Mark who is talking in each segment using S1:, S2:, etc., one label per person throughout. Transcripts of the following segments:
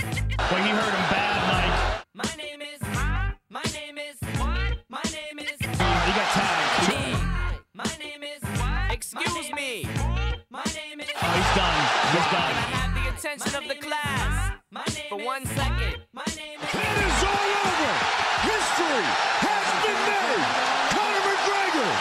S1: Well, you heard him bad, Mike.
S2: My name is. My name is. What? My name is.
S1: Uh, he got tagged.
S2: My name is.
S3: Excuse me.
S2: My name is.
S1: Oh, he's done. He's done.
S3: Have the attention of the class
S2: My name
S3: for
S2: is.
S3: one second.
S2: My name is.
S4: It is all over. History has been made. Conor McGregor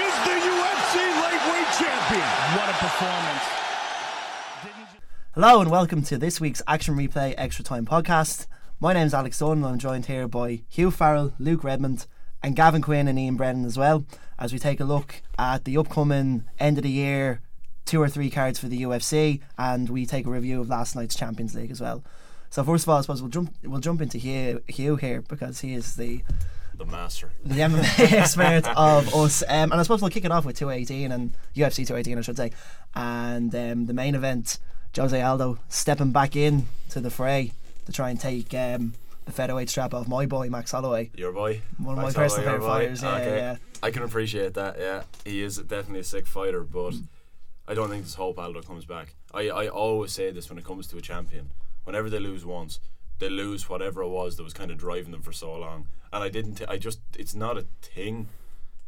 S4: is the UFC lightweight champion.
S1: What a performance. Didn't you-
S5: Hello and welcome to this week's Action Replay Extra Time podcast. My name's Alex Dunn and I'm joined here by Hugh Farrell, Luke Redmond, and Gavin Quinn and Ian Brennan as well as we take a look at the upcoming end of the year two or three cards for the UFC and we take a review of last night's Champions League as well. So first of all, I suppose we'll jump we'll jump into Hugh, Hugh here because he is the
S6: the master.
S5: the MMA expert of us. Um, and I suppose we'll kick it off with 218 and UFC 218, I should say. And um, the main event, Jose Aldo stepping back in to the fray to try and take um, the featherweight strap off my boy, Max Holloway.
S6: Your boy.
S5: One of my
S6: Max
S5: personal
S6: Holloway, your boy.
S5: favourite fighters, yeah, yeah.
S6: I can appreciate that. Yeah, he is definitely a sick fighter, but I don't think this whole Aldo comes back. I, I always say this when it comes to a champion. Whenever they lose once, they lose whatever it was that was kind of driving them for so long. And I didn't. I just. It's not a thing.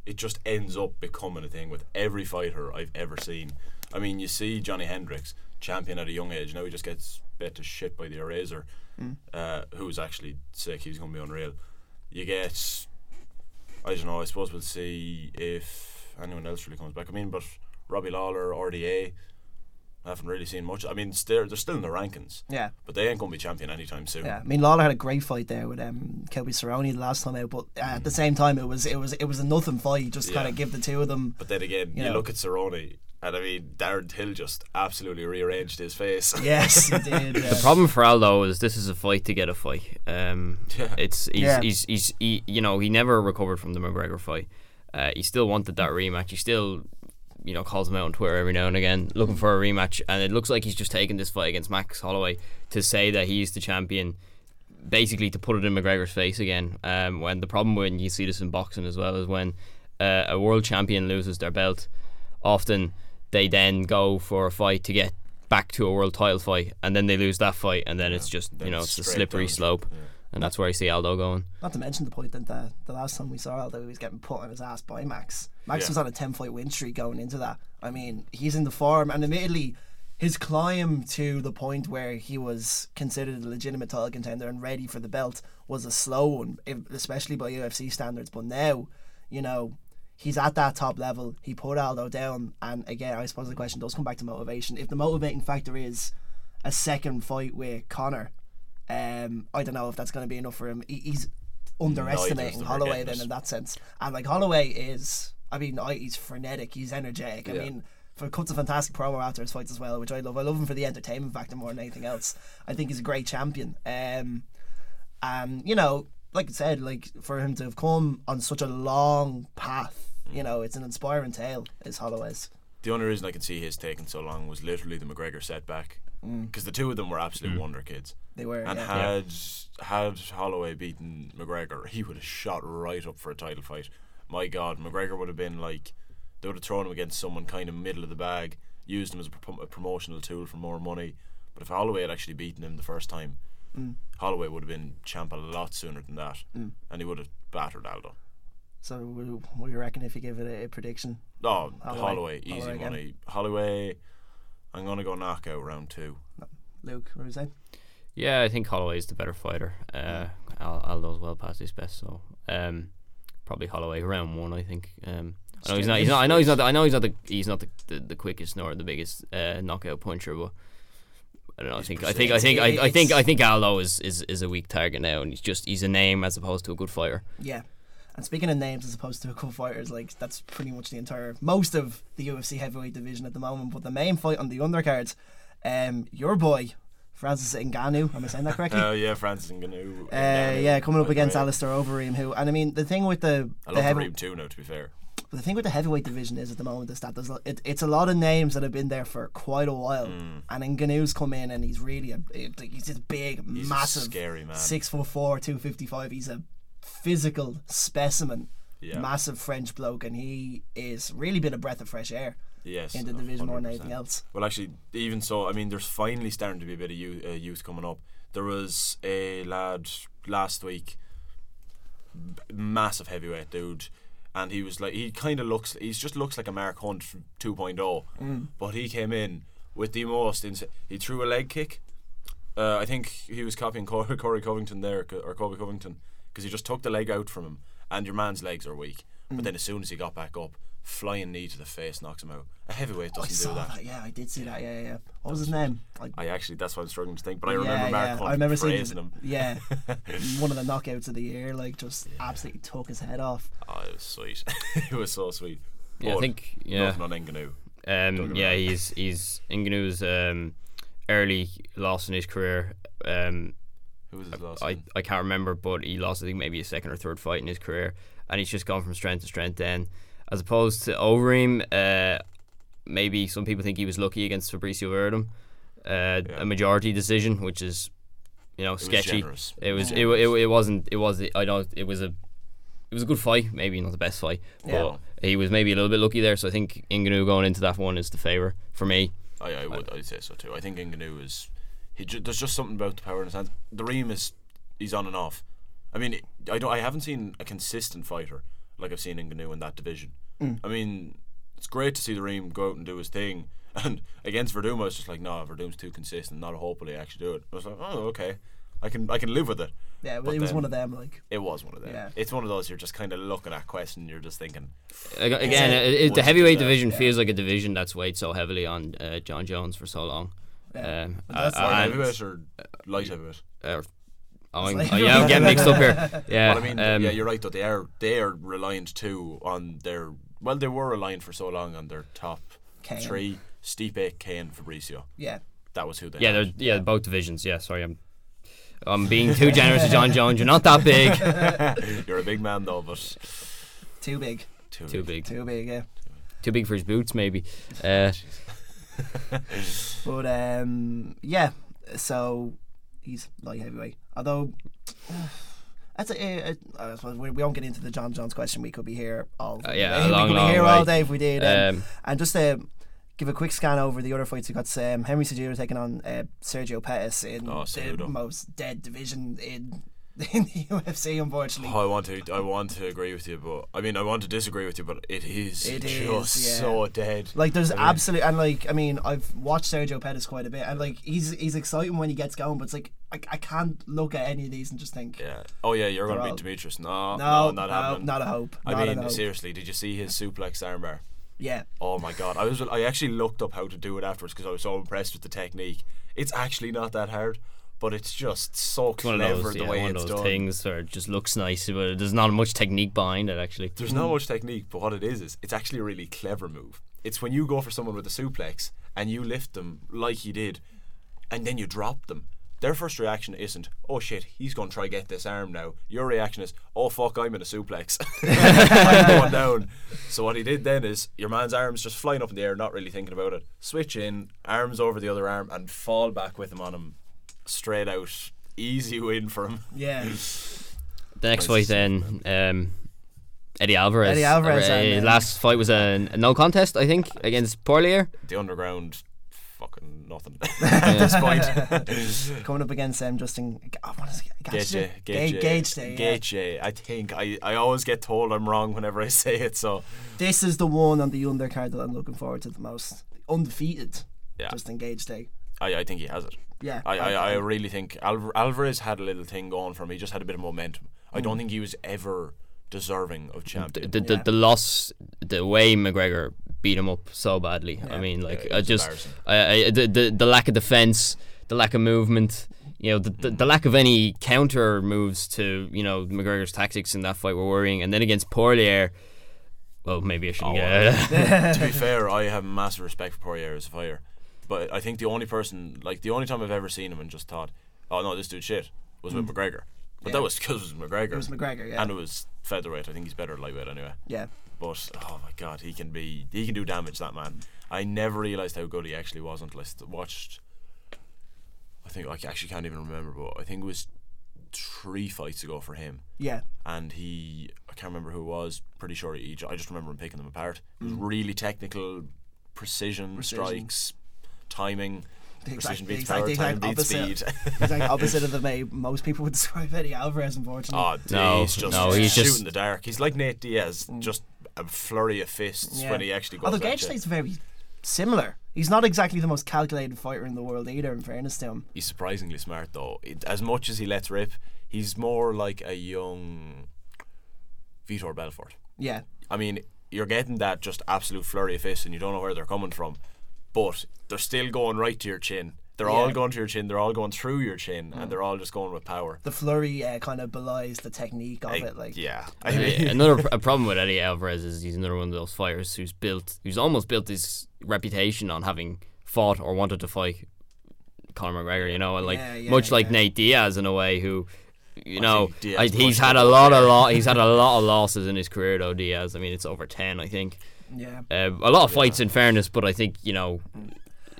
S6: It just ends up becoming a thing with every fighter I've ever seen. I mean, you see Johnny Hendricks, champion at a young age. Now he just gets bet to shit by the Eraser,
S5: Hmm.
S6: uh, who was actually sick. He's going to be unreal. You get I don't know. I suppose we'll see if anyone else really comes back. I mean, but Robbie Lawler, RDA, I haven't really seen much. I mean, they're, they're still in the rankings.
S5: Yeah.
S6: But they ain't going to be champion anytime soon.
S5: Yeah, I mean Lawler had a great fight there with um, Kobe Cerrone the last time out, but uh, at the same time it was it was it was a nothing fight. Just kind
S6: Yeah.
S5: of give the two of them.
S6: But then again, you,
S5: know.
S6: look at Cerrone, and I mean, Darren Till just absolutely rearranged his face.
S5: Yes, he did. yeah.
S7: problem for Aldo is this is a fight to get a fight. Um, It's he's,
S5: Yeah.
S7: he's, he's he, you know he never recovered from the McGregor fight. Uh, he still wanted that rematch. He still you know calls him out on Twitter every now and again looking for a rematch. And it looks like he's just taking this fight against Max Holloway to say that he's the champion. Basically, to put it in McGregor's face again. Um, when the problem when you see this in boxing as well is when uh, a world champion loses their belt, often they then go for a fight to get back to a world title fight, and then they lose that fight, and then it's just you
S6: then
S7: know
S6: it's
S7: it's a
S6: straight
S7: slippery
S6: down.
S7: slope, and that's where I see Aldo going.
S5: Not to mention the point that the, the last time we saw Aldo, he was getting put on his ass by Max. Max
S6: Yeah.
S5: was on a 10 fight win streak going into that. I mean, he's in the form, and admittedly, his climb to the point where he was considered a legitimate title contender and ready for the belt was a slow one, if- especially by UFC standards. But now, you know, he's at that top level. He put Aldo down, and again, I suppose the question does come back to motivation. If the motivating factor is a second fight with Connor, um, I don't know if that's going to be enough for him. He, he's
S6: Neither of
S5: underestimating
S6: them are
S5: Holloway
S6: getting
S5: then
S6: us.
S5: in that sense. And like Holloway is, I mean, I, he's frenetic, he's energetic. I
S6: Yeah.
S5: mean, for cuts a fantastic promo after his fights as well, which I love. I love him for the entertainment factor more than anything else. I think he's a great champion. Um, and you know, like I said, like for him to have come on such a long path, you know, it's an inspiring tale. Is Holloway's.
S6: The only reason I could see his taking so long was literally the McGregor setback. Because the two of them were absolute wonder kids.
S5: They were,
S6: And
S5: yeah.
S6: had had Holloway beaten McGregor, he would have shot right up for a title fight. My God, McGregor would have been like they would have thrown him against someone kind of middle of the bag, used him as a, pro- a promotional tool for more money. But if Holloway had actually beaten him the first time, Holloway would have been champ a lot sooner than that, and he would have battered Aldo.
S5: So, what what do you reckon if you give it a, a prediction?
S6: Oh,
S5: Holloway.
S6: Holloway, easy
S5: Holloway again.
S6: money. Holloway, I'm gonna go knockout round two.
S5: Luke, what were you saying?
S7: Yeah, I think Holloway's the better fighter. Uh, Al- Aldo's well past his best, so um, probably Holloway round one. I think. Um, I know he's not. He's not. I know he's not. The, I know he's not the. He's not the, the, the quickest nor the biggest uh, knockout puncher, but. I don't know. I think, I think. I think. I think. I, think. I think Aldo is, is, is a weak target now, and he's just he's a name as opposed to a good fighter.
S5: Yeah. And speaking of names as opposed to cool fighters, like that's pretty much the entire most of the UFC heavyweight division at the moment. But the main fight on the undercards, um, your boy, Francis Ngannou, am I saying that correctly?
S6: Oh yeah, Francis Ngannou.
S5: Uh, yeah, coming up against
S6: Alice.
S5: Alistair Overeem, who and I mean the thing with the
S6: I
S5: the,
S6: love
S5: heavy,
S6: Kareem too now. To be fair,
S5: the thing with the heavyweight division is at the moment is that there's lo- it, it's a lot of names that have been there for quite a while,
S6: Mm.
S5: and Ngannou's come in and he's really a he's this big,
S6: He's a
S5: massive,
S6: scary man.
S5: six foot four, two fifty five. He's a physical specimen,
S6: Yeah.
S5: massive French bloke, and he is really been a breath of fresh air.
S6: Yes,
S5: in the division more than anything
S6: 100%.
S5: else.
S6: Well, actually, even so, I mean, there's finally starting to be a bit of youth, uh, youth coming up. There was a lad last week, b- massive heavyweight dude, and he was like, he kind of looks, he just looks like a Mark Hunt 2.0, oh.
S5: Mm.
S6: but he came in with the most, ins- he threw a leg kick. Uh, I think he was copying Cor- Corey Covington there, co- or Kobe Covington, because he just took the leg out from him, and your man's legs are weak.
S5: Mm.
S6: But then as soon as he got back up, flying knee to the face knocks him out. A heavyweight
S5: I
S6: doesn't
S5: saw
S6: do
S5: that. Yeah, I did see that. Yeah, yeah. yeah. What was his name? Like,
S6: I actually that's what I'm struggling to think, but I
S5: yeah,
S6: remember Mark
S5: yeah.
S6: Hunt
S5: I remember seeing
S6: praising him.
S5: Yeah, one of the knockouts of the year. Like just absolutely took his head off.
S6: Oh, it was sweet. it was so sweet.
S7: Yeah, I
S6: But
S7: think- yeah.
S6: Nothing on Ngannou.
S7: Um, yeah, he's he's Ngannou's um, early loss in his career. Um,
S6: Who was his last?
S7: I,
S6: one?
S7: I can't remember, but he lost I think maybe his second or third fight in his career, and he's just gone from strength to strength. Then, as opposed to Overeem, uh, maybe some people think he was lucky against Fabricio Verdum, uh, a majority decision, which is you know sketchy.
S6: generous.
S7: It was it, wa- it, wa- it wasn't it was I know it was a it was a good fight, maybe not the best fight,
S5: Yeah.
S7: but he was maybe a little bit lucky there. So I think Ngannou going into that one is the favor for me.
S6: Oh, I, I would I'd say so too. I think Ngannou is he ju- there's just something about the power in his hands. The ream is he's on and off. I mean, I don't I haven't seen a consistent fighter like I've seen Ngannou in that division.
S5: Mm.
S6: I mean, it's great to see the ream go out and do his thing. And against Verdum, I was just like, no, Verdum's too consistent. Not a hope will he actually do it. I was like, oh, okay, I can I can live with it.
S5: Yeah,
S6: But
S5: it was one
S6: then-
S5: of them. Like
S6: It was one of them.
S5: Yeah.
S6: It's one of those you're just kind of looking at question. You're just thinking,
S7: Ag- Again,
S5: it-
S7: it, it-
S6: What's
S7: the
S6: the
S7: heavyweight
S6: best,
S7: division feels like a division that's weighed so heavily on uh, John Jones for so long. Um,
S5: that's
S7: uh,
S6: hard
S5: like-
S7: and-
S6: heavyweight or light heavyweight.
S7: uh, oh, I'm,
S5: like-
S7: oh, yeah, I'm getting mixed up here. Yeah,
S6: But I mean,
S7: um,
S6: yeah, you're right. Though they are they are reliant too on their well, they were reliant for so long on their top
S5: Kane.
S6: three: Stipe, Kane, Fabricio.
S5: yeah,
S6: That was who they.
S7: yeah,
S6: had.
S7: they're- yeah, both divisions. Yeah, sorry, I'm, I'm being too generous to John Jones. You're not that big.
S6: you're a big man though, but
S5: too big,
S6: too,
S7: too big,
S5: too big. Yeah.
S7: too big for his boots, maybe. Uh,
S5: But um, yeah, so he's light heavyweight. Although that's a, a, a, I suppose we, we won't get into the John Jones question. We could be here all
S7: Uh, yeah,
S5: day.
S7: a long,
S5: we could
S7: long
S5: be here all
S7: way.
S5: day if we did. Um,
S7: Um,
S5: and just to give a quick scan over the other fights, we got um, Henry Cejudo taking on uh, Sergio Pettis in
S6: Oh,
S5: the
S6: Cejudo.
S5: most dead division in in the UFC. Unfortunately,
S6: Oh, I want to, I want to agree with you, but I mean, I want to disagree with you, but it is
S5: It is,
S6: just
S5: yeah.
S6: so dead.
S5: Like there's absolute and like I mean I've watched Sergio Pettis quite a bit and like he's he's exciting when he gets going but it's like I, I can't look at any of these and just think
S6: yeah. Oh yeah, you're
S5: They're
S6: gonna
S5: all-
S6: beat Demetrius. No,
S5: no,
S6: no, not
S5: no,
S6: happening.
S5: not a hope
S6: I
S5: not a
S6: mean,
S5: hope.
S6: seriously, did you see his suplex armbar?
S5: yeah
S6: Oh my god! I was I actually looked up how to do it afterwards because I was so impressed with the technique. It's actually not that hard, but it's just so
S7: one
S6: clever
S7: of those,
S6: the
S7: yeah,
S6: way
S7: one
S6: it's
S7: of those
S6: done.
S7: things where it just looks nice, but there's not much technique behind it actually.
S6: There's not much technique, but what it is is it's actually a really clever move. It's when you go for someone with a suplex and you lift them like he did, and then you drop them. Their first reaction isn't, "Oh shit, he's gonna try get this arm now." Your reaction is, "Oh fuck, I'm in a suplex, I'm going down." So what he did then is, your man's arms just flying up in the air, not really thinking about it. Switch in, arms over the other arm, and fall back with him on him, straight out, easy win for him.
S5: yeah
S7: The next fight then, um, Eddie Alvarez.
S5: Eddie Alvarez
S7: Uh,
S5: and,
S7: his
S5: um,
S7: last fight was a, a no contest, I think, against Porlier.
S6: The underground, fucking nothing at this point.
S5: coming up against um, Justin G- I want to
S6: Gage,
S5: Gage Gage Gage Day, yeah.
S6: I think I, I always get told I'm wrong whenever I say it. So
S5: this is the one on the undercard that I'm looking forward to the most undefeated
S6: Yeah.
S5: Justin Gage Day
S6: I, I think he has it.
S5: yeah
S6: I, I, I really think Alv- Alvarez had a little thing going for him. He just had a bit of momentum. I
S5: Hmm.
S6: don't think he was ever deserving of
S7: The,
S6: champion.
S7: the, the, the loss, the way McGregor beat him up so badly. I mean, like, I
S6: it's
S7: just
S6: embarrassing.
S7: I, I, the, the the lack of defense, the lack of movement. You know, the, the, the lack of any counter moves to you know McGregor's tactics in that fight were worrying. And then against Porlier, well, maybe I shouldn't. get
S6: to be fair, I have massive respect for Poirier as a fighter, but I think the only person, like the only time I've ever seen him and just thought, oh no, this dude shit, was with McGregor. But that was because it was McGregor. It
S5: Hmm. was McGregor, yeah.
S6: And it was featherweight. I think he's better at lightweight anyway.
S5: yeah
S6: But oh my god, he can be he can do damage. That man. I never realized how good he actually was until I st- watched. I think I actually can't even remember, but I think it was three fights ago for him,
S5: yeah
S6: and he I can't remember who it was. Pretty sure he. I just remember him picking them apart. He was really technical, precision,
S5: Mm. Precision.
S6: strikes, timing.
S5: The
S6: precision
S5: exact- the
S6: beats
S5: exact-
S6: power,
S5: the
S6: time
S5: exact
S6: beats
S5: opposite.
S6: speed.
S5: He's like opposite of the way most people would describe Eddie Alvarez, unfortunately.
S6: Oh,
S7: No,
S6: he's just
S7: no, he's
S6: shooting
S7: just-
S6: the dark. He's like Nate Diaz, just a flurry of fists when he actually goes.
S5: Mm. Although
S6: at you.
S5: Gagely's very similar. He's not exactly the most calculated fighter in the world either, in fairness to him.
S6: he's surprisingly smart though. It, as much as he lets rip, he's more like a young Vitor Belfort.
S5: Yeah.
S6: I mean, you're getting that just absolute flurry of fists, and you don't know where they're coming from, but they're still going right to your chin. They're all
S5: Yeah. Mm.
S6: going to your chin. They're all going through your chin, and they're all just going with power.
S5: The flurry uh, kind of belies the technique of
S6: I-
S5: it. Like,
S6: yeah, I mean,
S7: Yeah, Eh, another pr- a problem with Eddie Alvarez is he's another one of those fighters who's built, who's almost built his reputation on having fought or wanted to fight Conor McGregor. You know, and like
S5: Yeah, yeah,
S7: much like
S5: yeah.
S7: Nate Diaz in a way, who you know
S6: think Diaz
S7: I, he's
S6: pushed
S7: had
S6: him
S7: a lot of lo- he's had a lot of losses in his career though. Diaz, I mean, it's over ten, I think.
S5: yeah.
S7: Uh, a lot of fights, in fairness, but I think you know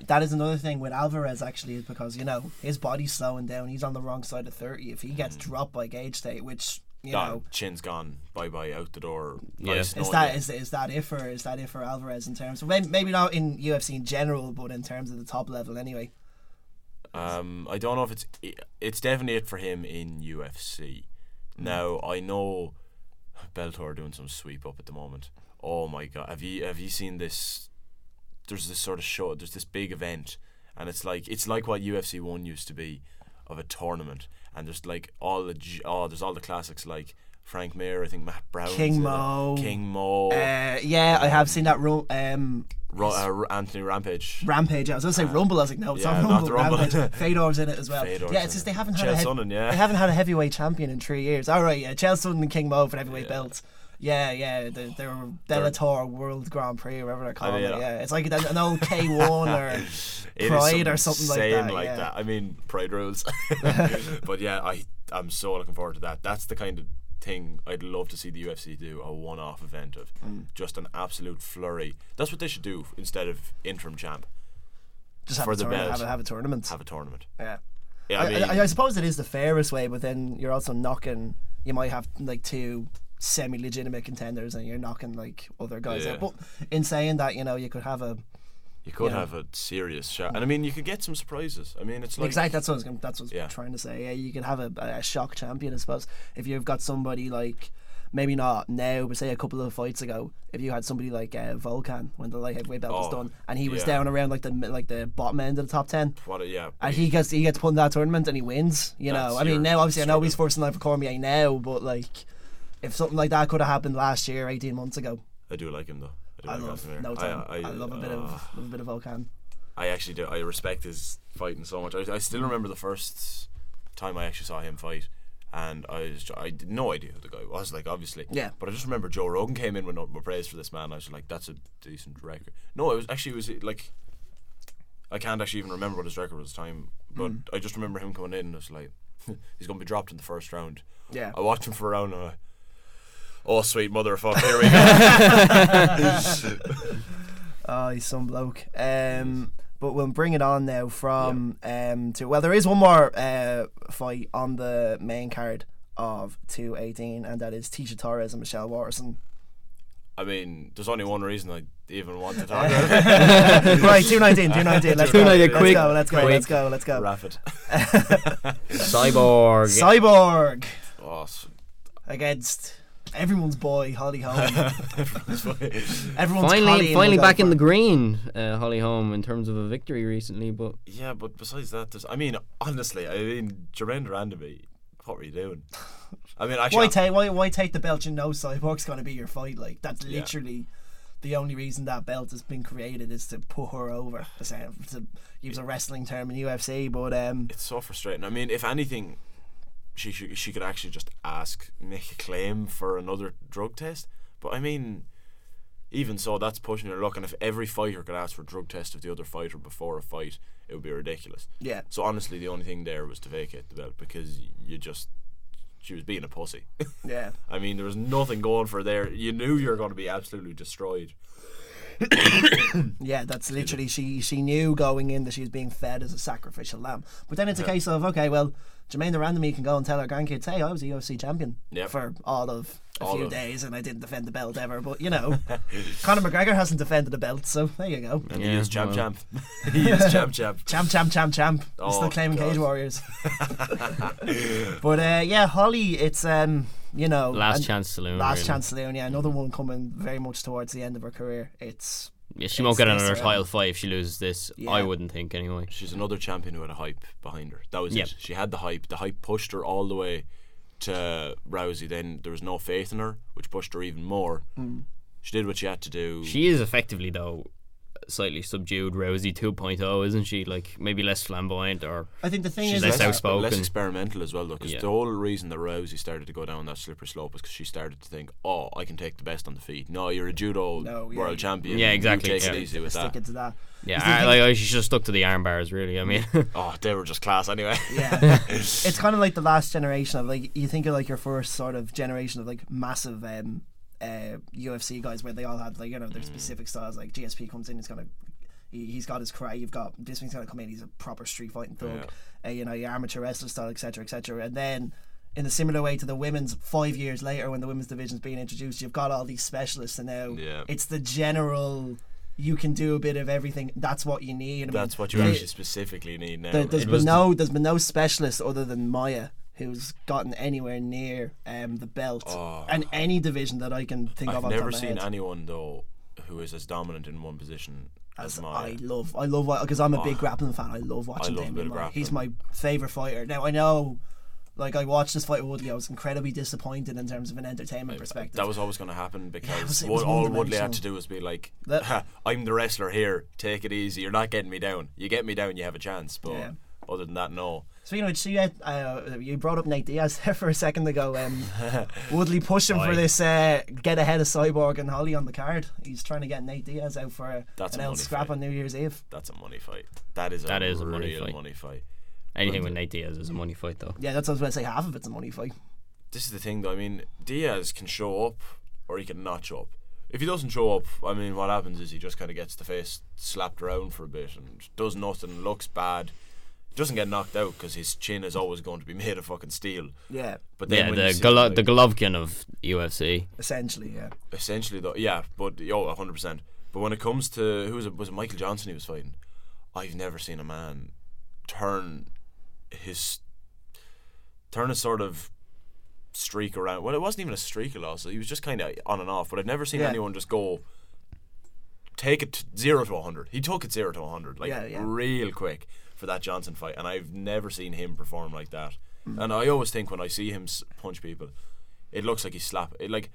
S5: That is another thing with Alvarez, actually, is because, you know, his body's slowing down. He's on the wrong side of 30. If he gets
S6: Mm.
S5: dropped by Gage State, which, you
S6: gone.
S5: know,
S6: chin's gone. Bye bye, out the door.
S7: Yeah.
S6: Nice
S5: Is
S6: knowing
S5: that
S6: you.
S5: is, is that it for is that it for Alvarez in terms? Maybe, maybe not in UFC in general, but in terms of the top level anyway.
S6: Um, I don't know if it's it's definitely it for him in UFC.
S5: Mm.
S6: Now I know Bellator are doing some sweep up at the moment. Oh my god, have you have you seen this? There's this sort of show. There's this big event, and it's like it's like what UFC One used to be, of a tournament. And there's like all the g- oh there's all the classics like Frank Mir, I think Matt Brown,
S5: King Mo.
S6: King Mo,
S5: Uh, yeah, I have seen that ru- um,
S6: Ro- uh, Anthony Rampage.
S5: Rampage. I was gonna say Rumble. I was like, no, it's
S6: Ah. yeah,
S5: not
S6: not
S5: Rumble.
S6: the Rumble.
S5: Rampage. Fedor's in it as well.
S6: Fedor's
S5: yeah, it's
S6: in
S5: just
S6: it.
S5: they haven't had
S6: Chael
S5: a head-
S6: Sonnen, yeah.
S5: they haven't had a heavyweight champion in three years. All right, yeah, Chael Sonnen and King Mo for the heavyweight belts. Yeah, yeah, they they were Bellator World Grand Prix or whatever they're calling
S6: yeah.
S5: it. Yeah, it's like an an old K one or
S6: It is
S5: Pride or something like
S6: insane
S5: that, yeah.
S6: I mean, Pride rules. but yeah, I I'm so looking forward to that. That's the kind of thing I'd love to see the UFC do a one-off event of,
S5: Mm.
S6: just an absolute flurry. That's what they should do instead of interim champ.
S5: just have,
S6: For
S5: a
S6: the
S5: tournament,
S6: belt.
S5: have, a, have a tournament.
S6: Have a tournament.
S5: yeah.
S6: Yeah,
S5: I,
S6: I mean,
S5: I, I suppose it is the fairest way, but then you're also knocking. You might have like two semi-legitimate contenders, and you're knocking like other guys
S6: Yeah.
S5: out. But in saying that, you know, you could have a
S6: you could
S5: yeah. Mm.
S6: have a serious shot, and I mean, you could get some surprises. I mean, it's like
S5: exactly. That's what I was. gonna- That's what I was
S6: Yeah.
S5: trying to say. Yeah, you could have a, a shock champion, I suppose, if you've got somebody like. Maybe not now, but say a couple of fights ago, if you had somebody like uh, Volkan when the light heavyweight belt was
S6: Oh,
S5: done, and he was
S6: yeah.
S5: down around like the mi- like the bottom end of the top ten,
S6: What a, yeah.
S5: and he gets he gets put in that tournament and he wins. You know,
S6: That's
S5: I mean
S6: your
S5: now obviously I know he's
S6: struggle.
S5: first in line for Cormier now, but like if something like that could have happened last year, eighteen months ago,
S6: I do like him though. I, do
S5: I
S6: like
S5: love
S6: Casimir.
S5: no time. I,
S6: I,
S5: love a bit
S6: uh,
S5: of love a bit of Volcan.
S6: I actually do. I respect his fighting so much. I, I still remember the first time I actually saw him fight, and I was ju- I had no idea who the guy was. Like obviously,
S5: Yeah.
S6: But I just remember Joe Rogan came in with no- with praise for this man. I was like, that's a decent record. No, it was actually it was like I can't actually even remember what his record was at the time, but
S5: Mm.
S6: I just remember him coming in and I was like, he's gonna be dropped in the first round.
S5: Yeah.
S6: I watched him for a round and I. Oh sweet motherfucker! Here we go.
S5: Oh, he's some bloke. Um, but we'll bring it on now from um to well, there is one more uh fight on the main card of two eighteen, and that is Tisha Torres and Michelle Watterson.
S6: I mean, there's only one reason I even want to talk about it.
S5: right, two nineteen, two nineteen. Let's go.
S7: 219,
S5: Let's
S7: quick,
S5: go. Let's go.
S7: quick.
S5: Let's go. Let's go.
S6: Rapid.
S7: Cyborg.
S5: Cyborg.
S6: Oh, s-
S5: against everyone's boy Holly Holm. everyone's
S7: Finally,
S5: Holly
S7: finally
S5: we'll go
S7: back in
S5: for
S7: the
S5: it.
S7: green, uh, Holly Holm, in terms of a victory recently. But
S6: Yeah, but besides that, there's. I mean, honestly, I mean, Jermaine Durandamy, what were you doing? I mean, actually,
S5: Why take why why take the belt? You know, Cyborg's gonna be your fight. Like that's
S6: Yeah.
S5: literally the only reason that belt has been created is to put her over. To say- to use a wrestling term in UFC, but um,
S6: it's so frustrating. I mean, if anything, she should, she could actually just ask, make a claim for another drug test. But I mean, even so, that's pushing her luck. And if every fighter could ask for a drug test of the other fighter before a fight, it would be ridiculous.
S5: yeah,
S6: So honestly, the only thing there was to vacate the belt because you just she was being a pussy.
S5: yeah.
S6: I mean, there was nothing going for there. You knew you were going to be absolutely destroyed.
S5: Yeah, that's literally she she knew going in that she was being fed as a sacrificial lamb. But then it's a case of okay, well, Jermaine randomly can go and tell her grandkids, "Hey, I was a UFC champion
S6: Yep.
S5: for all of a
S6: All
S5: few
S6: of-
S5: days, and I didn't defend the belt ever." But you know, Conor McGregor hasn't defended the belt, so there you go.
S6: And he
S7: Yeah,
S6: is champ
S7: well.
S6: champ. he is champ champ.
S5: Champ, champ, champ, champ. I'm
S6: Oh,
S5: still claiming
S6: God.
S5: Cage Warriors. but uh, yeah, Holly, it's um, you know,
S7: Last
S5: an-
S7: chance saloon.
S5: Last
S7: really.
S5: chance saloon, yeah, another one coming very much towards the end of her career. It's
S7: Yeah, she won't get
S5: It's-
S7: another
S5: it's, uh,
S7: title fight if she loses this. I
S5: Yeah.
S7: wouldn't think anyway.
S6: um, She's another champion who had a hype behind her. That was
S7: Yep.
S6: it. She had the hype. The hype pushed her all the way to Rousey. Then there was no faith in her, which pushed her even more.
S5: Mm.
S6: She did what she had to do.
S7: She is effectively though slightly subdued Rosie 2.0, isn't she? Like maybe less flamboyant or
S5: I think the thing
S7: She's
S5: is
S7: less
S5: is that-
S7: outspoken.
S6: but less experimental as well, though, because
S7: Yeah.
S6: the whole reason that Rousey started to go down that slippery slope was because she started to think, "Oh, I can take the best on the feet." No, you're a judo
S5: No, yeah,
S6: world
S5: you-
S6: champion.
S7: Yeah,
S6: You
S7: exactly,
S6: take it
S7: yeah.
S6: easy with
S5: stick
S6: that.
S5: it to that.
S7: yeah, I, like I- she should have stuck to the arm bars really. I mean,
S6: Oh, they were just class anyway.
S5: Yeah. it's kind of like the last generation of like you think of like your first sort of generation of like massive um uh UFC guys where they all had like you know their specific styles like GSP comes in he's gonna he- he's got his cry you've got this one's gonna come in he's a proper street fighting thug uh, you know your amateur wrestler style etc etc and then in a similar way to the women's five years later when the women's division's being introduced you've got all these specialists and now
S6: Yeah.
S5: it's the general you can do a bit of everything that's what you need I mean,
S6: That's what you
S5: they-
S6: actually specifically need now.
S5: there, there's
S6: It
S5: been
S6: was-
S5: no there's been no specialist other than Maya who's gotten anywhere near um, the belt and any division that I can think
S6: Oh. I've
S5: of. off the top
S6: never
S5: of my
S6: seen
S5: head.
S6: anyone though who is as dominant in one position as, Maya. Oh.
S5: I love I love because I'm a big grappling fan. I love watching
S6: I love a
S5: Damien
S6: bit of
S5: Maya. He's my favorite fighter. Now I know. Like I watched this fight with Woodley, I was incredibly disappointed in terms of an entertainment perspective.
S6: That was always going to happen
S5: it
S6: because
S5: was- it
S6: what
S5: was
S6: all Woodley had
S5: one-dimensional.
S6: to do was be like,
S5: That-
S6: "Ha, "I'm the wrestler here. Take it easy. You're not getting me down. You get me down, you have a chance." But
S5: Yeah.
S6: other than that, no.
S5: Speaking of which, so yeah, uh, you brought up Nate Diaz there for a second ago. Um, Woodley pushing for this uh, get ahead of Cyborg and Holly on the card. He's trying to get Nate Diaz out for a,
S6: That's
S5: an
S6: a
S5: old
S6: money
S5: scrap
S6: fight.
S5: on New Year's Eve.
S6: That's a money fight. That is a
S7: That is a
S6: real
S7: money
S6: money
S7: fight.
S6: fight.
S7: anything with Nate Diaz is a money fight though.
S5: Yeah, that's what I was going to say. Half of it's a money fight.
S6: This is the thing, though. I mean, Diaz can show up or he can not show up. If he doesn't show up, I mean, what happens is he just kind of gets the face slapped around for a bit and does nothing, looks bad, doesn't get knocked out because his chin is always going to be made of fucking steel.
S5: Yeah,
S6: But then
S7: Yeah,
S6: when you
S7: the
S6: see,
S7: Golo-
S6: like-
S7: the Golovkin of UFC.
S5: essentially. Yeah,
S6: essentially though yeah but yo 100% but when it comes to who was it was it Michael Johnson he was fighting I've never seen a man turn his turn a sort of streak around well it wasn't even a streak of loss he was just kind of on and off but I've never seen
S5: Yeah.
S6: anyone just go take it t- 0 to 100 he took it 0 to 100 like
S5: Yeah, yeah.
S6: real quick for that Johnson fight and I've never seen him perform like that
S5: Mm.
S6: and I always think when I see him s- punch people it looks like he slap it like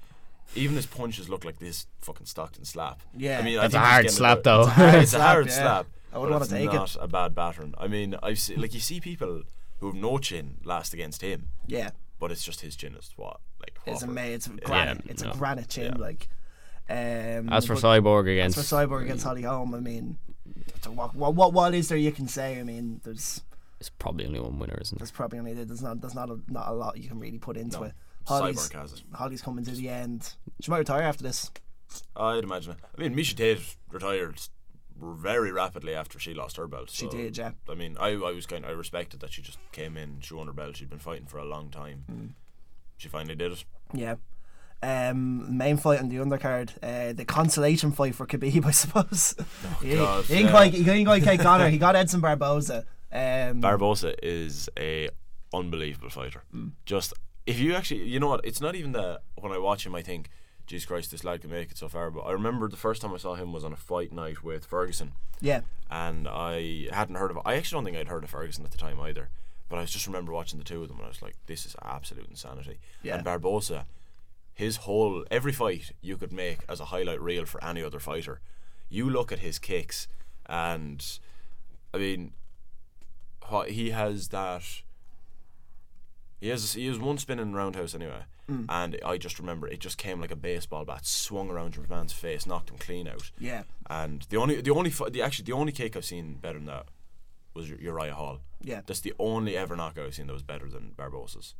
S6: even his punches look like this fucking Stockton slap.
S5: Yeah.
S6: I mean,
S7: That's a
S6: I think he's
S7: hard
S6: getting
S7: slap
S6: bit-
S7: though.
S6: It's a
S5: slap,
S6: hard
S5: yeah.
S6: slap.
S5: I
S6: but
S5: wouldn't wanna
S6: it's
S5: take it.
S6: Not a bad battering. I mean, I've seen, like you see people who have no chin last against him,
S5: yeah.
S6: but it's just his chin is what like
S5: It's a
S6: whopper.
S5: ma- it's a granite. it's
S7: no.
S5: a granite chin. Like, um,
S7: As for
S5: but
S7: Cyborg
S5: as
S7: against
S5: for Cyborg against
S6: Mm.
S5: Holly Holm, I mean, to what, what what what is there you can say? I mean, there's
S7: it's probably only one winner, isn't it?
S5: there's probably only there's not there's not a, not a lot you can really put into
S6: No.
S5: it. Holly's
S6: Cyborg has it.
S5: Holly's coming to the end. She might retire after this.
S6: I'd imagine. it. I mean, Misha Tate retired r- very rapidly after she lost her belt.
S5: She
S6: so,
S5: did, yeah.
S6: I mean, I, I was kind. I respected that she just came in, she won her belt. She'd been fighting for a long time.
S5: Mm.
S6: She finally did it.
S5: Yeah. Um, main fight on the undercard, uh, the consolation fight for Khabib, I suppose. he,
S6: Oh, God,
S5: he ain't
S6: yeah.
S5: quite, he ain't quite Kate Connor. He got Edson Barboza. Um,
S6: Barbosa is a unbelievable fighter. Just if you actually, you know what? It's not even that when I watch him, I think, Jesus Christ, this lad can make it so far. But I remember the first time I saw him was on a fight night with Ferguson,
S5: yeah,
S6: and I hadn't heard of. I actually don't think I'd heard of Ferguson at the time either. But I just remember watching the two of them, and I was like, "This is absolute insanity."
S5: Yeah.
S6: And Barbosa, his whole every fight you could make as a highlight reel for any other fighter. You look at his kicks, and I mean, ho- he has that. He has he has one spinning roundhouse anyway,
S5: Mm.
S6: and I just remember it just came like a baseball bat, swung around your man's face, knocked him clean out.
S5: yeah,
S6: And the only the only fi- the actually the only kick I've seen better than that was U- Uriah Hall.
S5: Yeah. Mm.
S6: that's the only ever knockout I've seen that was better than Barbosa's.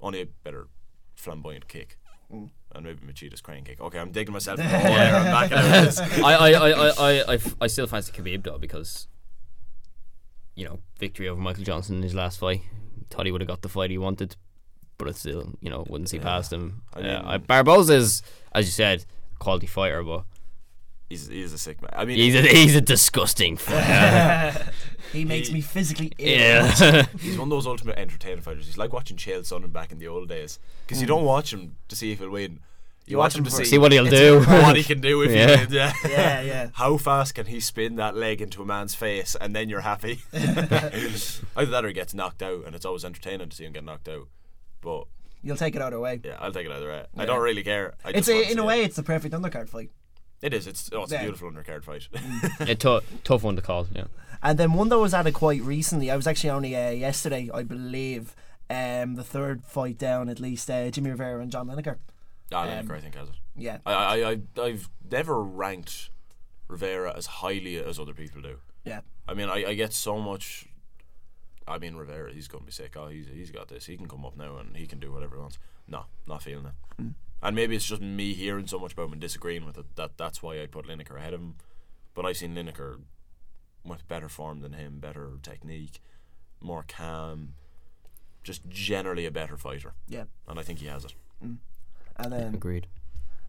S6: Only a better flamboyant kick.
S5: Mm.
S6: and maybe Machida's crane kick. Okay, I'm digging myself. in the hole there. I'm backing out of this.
S7: I, I, I, I, I, I, f- I still fancy Khabib though because you know victory over Michael Johnson in his last fight. Thought he would have got the fight he wanted, but I still you know wouldn't see past him.
S6: I
S7: I uh, I,
S6: mean-
S7: Barbosa's as you said quality fighter, but
S6: He's, he's a sick man. I mean,
S7: he's a he's a disgusting fighter.
S5: He makes me physically ill.
S7: yeah,
S6: He's one of those ultimate entertainment fighters. He's like watching Chael Sonnen back in the old days because you
S5: Hmm.
S6: don't watch him to see if he'll win. You, watch, him to see,
S7: see what he'll do.
S6: what he can do if
S7: Yeah.
S6: he wins. Yeah.
S5: Yeah, yeah.
S6: How fast can he spin that leg into a man's face and then you're happy? Either that or he gets knocked out, and it's always entertaining to see him get knocked out. But
S5: You'll take it either way.
S6: yeah, I'll take it either way. I don't really care. I
S5: It's
S6: just want
S5: a,
S6: to
S5: in a
S6: see
S5: way,
S6: it.
S5: it's the perfect undercard fight.
S6: it is. It's oh, it's
S5: Yeah. Mm.
S6: a beautiful undercard fight.
S7: a tou- tough one to call. Yeah,
S5: And then one that was added quite recently, I was actually only uh, yesterday, I believe, um, the third fight down at least, uh, Jimmy Rivera and John Lineker.
S6: Ah,
S5: Um,
S6: Lineker, I think has it.
S5: Yeah.
S6: I, I, I, I've never ranked Rivera as highly as other people do.
S5: Yeah.
S6: I mean, I, I get so much. I mean, Rivera, he's going to be sick. Oh, he's, he's got this. He can come up now and he can do whatever he wants. No, not feeling it. And maybe it's just me hearing so much about him and disagreeing with it. That that's why I put Lineker ahead of him. But I've seen Lineker with better form than him, better technique, more calm, just generally a better fighter.
S5: Yeah.
S6: And I think he has it.
S5: And then
S7: agreed.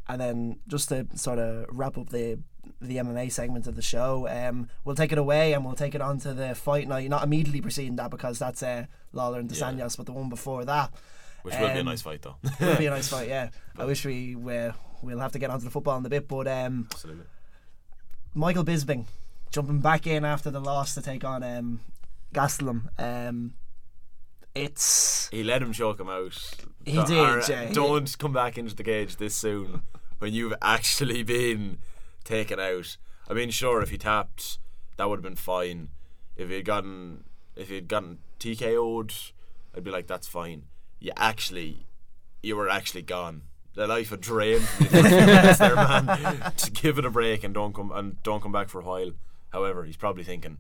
S5: and then just to sort of wrap up the the MMA segment of the show, um, we'll take it away and we'll take it on to the fight night. Not immediately preceding that because that's uh, Lawler and Dos
S6: Yeah.
S5: Anjos, but the one before that.
S6: Which will be a
S5: Um,
S6: nice fight, though.
S5: It'll be a nice fight, yeah. I wish we were, we'll have to get onto the football in a bit, but um,
S6: Absolutely.
S5: Michael Bisbing jumping back in after the loss to take on um, Gastelum. Um, it's
S6: He let him choke him out.
S5: He
S6: Don't-
S5: did,
S6: Aaron,
S5: yeah, he
S6: Don't come back into the cage this soon when you've actually been taken out. I mean, sure, if he tapped, that would have been fine. If he'd gotten, if he'd gotten TKO'd, I'd be like, that's fine. You actually, you were actually gone. The life had drained from you for a few minutes there, man. Just give it a break and don't come and don't come back for a while. However, he's probably thinking,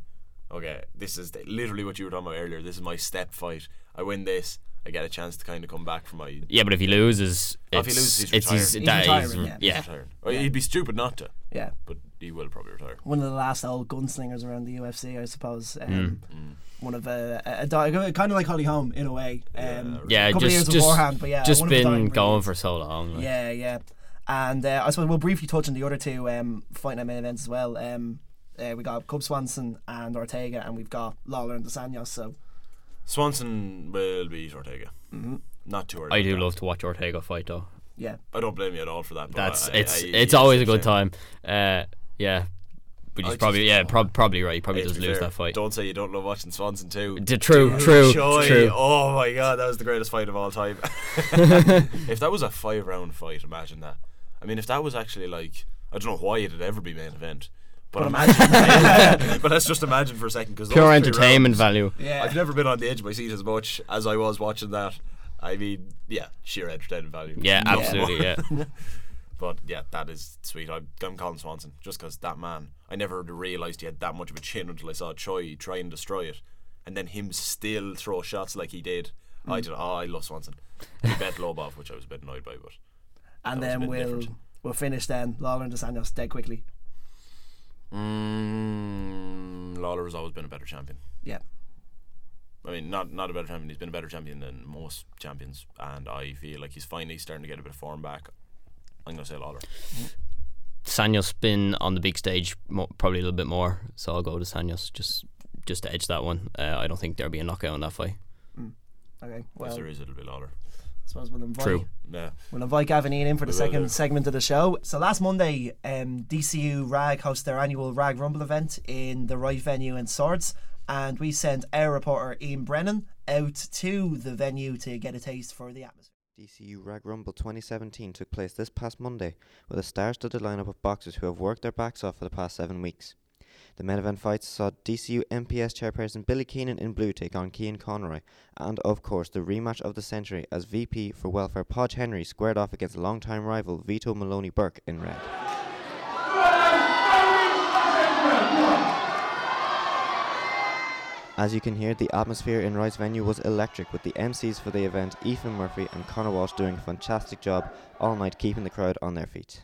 S6: okay, this is the- literally what you were talking about earlier. This is my step fight. I win this, I get a chance to kind of come back from my.
S7: Yeah, but if he loses,
S6: Oh, if he
S7: it's,
S6: loses, he's
S7: it's
S6: retiring.
S7: that
S5: He's
S7: is-
S5: retiring,
S7: yeah.
S6: Retire. Well, He'd be stupid not to,
S5: yeah
S6: but he will probably retire.
S5: one of the last old gunslingers around the UFC, I suppose. Um,
S7: Hmm.
S5: One of a, a, a kind of like Holly Holm in a way. Um,
S7: Yeah,
S5: couple of years
S7: just just
S5: beforehand, but yeah,
S7: just
S5: one of the
S7: been
S5: dying
S7: going
S5: breeds.
S7: for so long. like.
S5: Yeah, yeah. And uh, I suppose we'll briefly touch on the other two um, fight night main events as well. Um, uh, we got Cub Swanson and Ortega, and we've got Lawler and Dos Anjos. So
S6: Swanson will beat Ortega. Not too early.
S7: I do
S6: but-
S7: love to watch Ortega fight though.
S5: yeah,
S6: I don't blame you at all for that. But
S7: That's
S6: I- I-
S7: it's
S6: I-
S7: it's always a good time. Uh, yeah, but he's
S6: just-
S7: probably yeah prob- probably right. He
S6: Hey,
S7: probably
S6: to
S7: does
S6: be
S7: lose
S6: fair,
S7: that fight.
S6: Don't say you don't love watching Swanson too.
S7: D- True, true,
S6: Joy.
S7: true.
S6: Oh my god, that was the greatest fight of all time. if that was a five round fight, imagine that. I mean, if that was actually like, I don't know why it'd ever be main event, but imagine. but let's just imagine for a second because
S7: Pure entertainment value.
S5: yeah.
S6: I've never been on the edge of my seat as much as I was watching that. I mean, yeah, sheer entertainment value.
S7: Yeah,
S6: Nothing
S7: absolutely.
S6: more.
S7: Yeah,
S6: But yeah, that is sweet. I'm, I'm calling Swanson just because that man, I never realised he had that much of a chin until I saw Choi try and destroy it. And then him still throw shots like he did. I did. Oh, I love Swanson. He bet Lobov, which I was a bit annoyed by, but
S5: and
S6: that was a
S5: then
S6: bit
S5: we'll
S6: different.
S5: we'll finish then Lawler and Dos Anjos dead quickly.
S6: mm, Lawler has always been a better champion.
S5: Yeah,
S6: I mean, not not a better champion. He's been a better champion than most champions, and I feel like he's finally starting to get a bit of form back. I'm gonna say Lawler.
S7: Sanyos been on the big stage mo- probably a little bit more, so I'll go to Sanyos just just to edge that one. Uh, I don't think there'll be a knockout in that fight.
S5: okay.
S6: if
S5: Well,
S6: there is, it'll be Lawler.
S5: I suppose we'll invite
S7: True.
S6: Yeah.
S5: We'll invite Gavin Ian in for the
S6: We will
S5: second
S6: do.
S5: segment of the show. So last Monday, um, DCU RAG hosts their annual RAG Rumble event in the right venue in Swords. And we sent our reporter Ian Brennan out to the venue to get a taste for the atmosphere.
S8: DCU Rag Rumble 2017 took place this past Monday, with a star-studded lineup of boxers who have worked their backs off for the past seven weeks. The main event fights saw DCU MPS chairperson Billy Keenan in blue take on Kean Conroy, and of course the rematch of the century as VP for Welfare Podge Henry squared off against longtime rival Vito Maloney Burke in red. As you can hear, the atmosphere in Ride's venue was electric, with the MCs for the event, Ethan Murphy and Connor Walsh, doing a fantastic job all night keeping the crowd on their feet.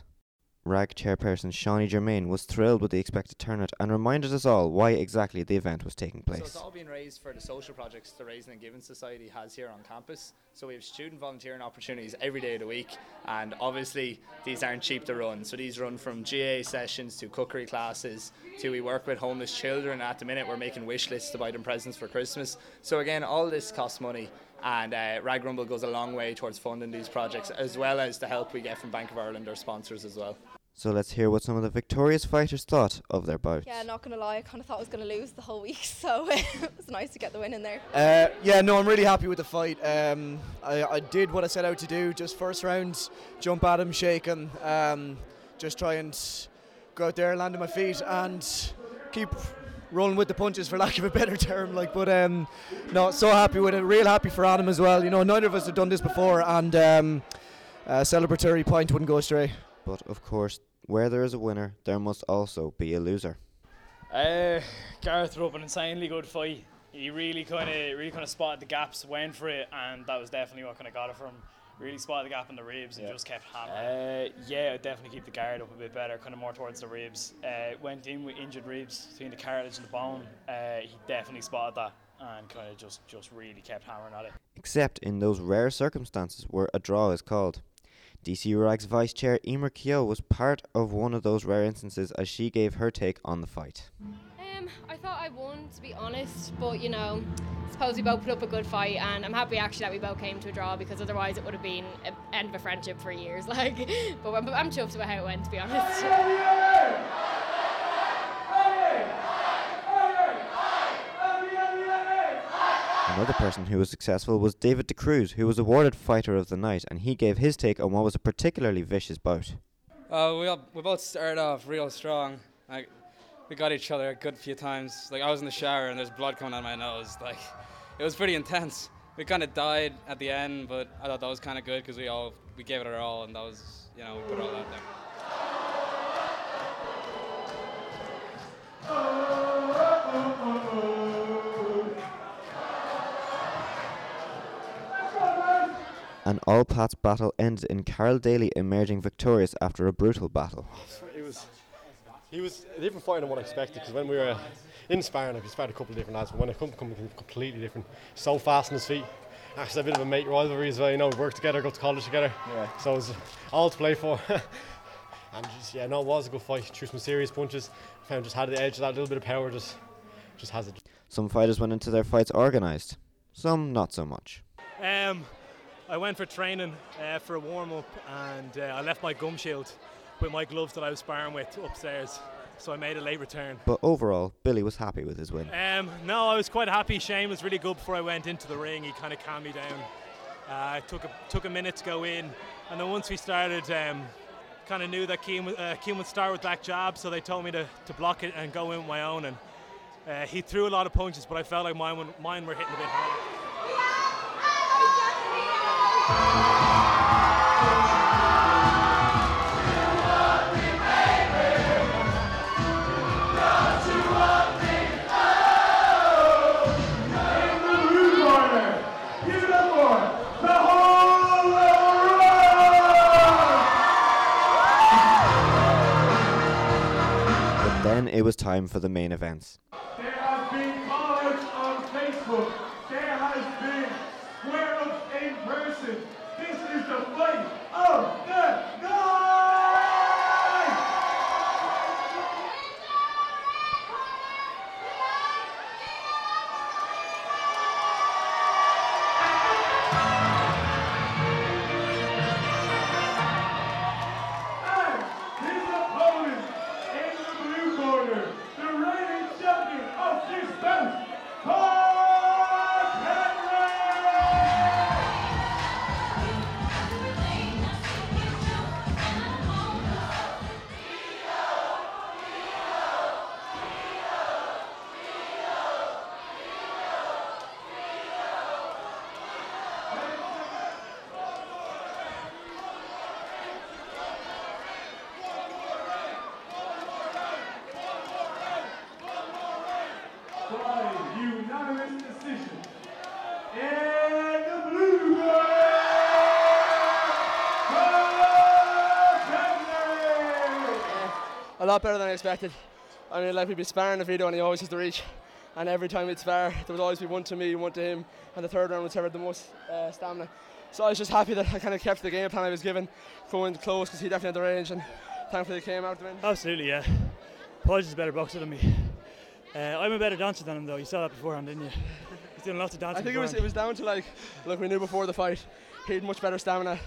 S8: RAG chairperson Shawnee Germain was thrilled with the expected turnout and reminded us all why exactly the event was taking
S9: So
S8: place.
S9: it's all being raised for the social projects the Raising and Giving Society has here on campus. So we have student volunteering opportunities every day of the week, and obviously these aren't cheap to run. So these run from GA sessions to cookery classes to we work with homeless children. At the minute, we're making wish lists to buy them presents for Christmas. So again, all this costs money, and uh, Rag Rumble goes a long way towards funding these projects, as well as the help we get from Bank of Ireland, our sponsors as well.
S8: So let's hear what some of the victorious fighters thought of their bout.
S10: Yeah, not gonna lie, I kind of thought I was gonna lose the whole week, so it was nice to get the win in there.
S11: Uh, yeah, no, I'm really happy with the fight. Um, I, I did what I set out to do. Just first round, jump at him, shake him, um, just try and go out there, land on my feet, and keep rolling with the punches, for lack of a better term. Like, but um, no, so happy with it. Real happy for Adam as well. You know, neither of us have done this before, and um, uh, celebratory point wouldn't go astray.
S8: But of course, where there is a winner, there must also be a loser.
S12: Uh, Gareth threw up an insanely good fight. He really kind of really kind of spotted the gaps, went for it, and that was definitely what kind of got it from. Really spotted the gap in the ribs and
S13: Yeah.
S12: just kept hammering. Uh, yeah, I'd definitely keep the guard up a bit better, kind of more towards the ribs. Uh, went in with injured ribs between the cartilage and the bone. Uh, he definitely spotted that and kind of just just really kept hammering at it.
S8: except in those rare circumstances where a draw is called. DCU Rag's vice chair Emer Keogh was part of one of those rare instances as she gave her take on the fight.
S14: Um, I thought I won, to be honest, but you know, suppose we both put up a good fight, and I'm happy actually that we both came to a draw because otherwise it would have been an end of a friendship for years. Like, but I'm, I'm chuffed about how it went, to be honest.
S8: Another person who was successful was David De Cruz, who was awarded Fighter of the Night, and he gave his take on what was a particularly vicious bout.
S15: Uh, we all, we both started off real strong. Like we got each other a good few times. Like I was in the shower and there's blood coming out of my nose. Like it was pretty intense. We kind of died at the end, but I thought that was kind of good because we all we gave it our all and that was you know we put it all out there.
S8: And all Pat's battle ended in Carl Daly emerging victorious after a brutal battle.
S16: It was. He was a different fighter than what I expected because when we were in sparring, I sparred a couple of different lads, but when I come coming completely different. So fast on his feet. Actually, a bit of a mate rivalry as well. You know, we worked together, go to college together.
S17: Yeah.
S16: So it was all to play for. and just yeah, no, it was a good fight. Threw some serious punches. Found just had the edge, that little bit of power just, just has it.
S8: Some fighters went into their fights organised, some not so much.
S18: Um, I went for training uh, for a warm up, and uh, I left my gum shield with my gloves that I was sparring with upstairs. So I made a late return.
S8: But overall, Billy was happy with his win.
S18: Um, no, I was quite happy. Shane was really good before I went into the ring. He kind of calmed me down. Uh, it took a, took a minute to go in, and then once we started, um, kind of knew that Keane, w- uh, Keane would start with that jab, so they told me to, to block it and go in with my own. And uh, he threw a lot of punches, but I felt like mine, were- mine were hitting a bit harder.
S8: But then it was time for the main events.
S19: There has been comments on Facebook. There has been square ups in person. This is the fight of the night! His opponent in the blue corner, the reigning champion of this bout, Paul Henry!
S13: a lot better than I expected. I mean, like we'd be sparring Avito and he always has to reach. And every time we'd spar, there would always be one to me, one to him, and the third round was ever the most uh, stamina. So I was just happy that I kind of kept the game plan I was given, going close because he definitely had the range, and thankfully it came out to win.
S17: Absolutely, yeah. Podge is a better boxer than me. Uh, I'm a better dancer than him, though. You saw that beforehand, didn't you? He's doing lots of dancing.
S13: I think it was, it
S17: beforehand.
S13: was down to like, look, we knew before the fight, he had much better stamina,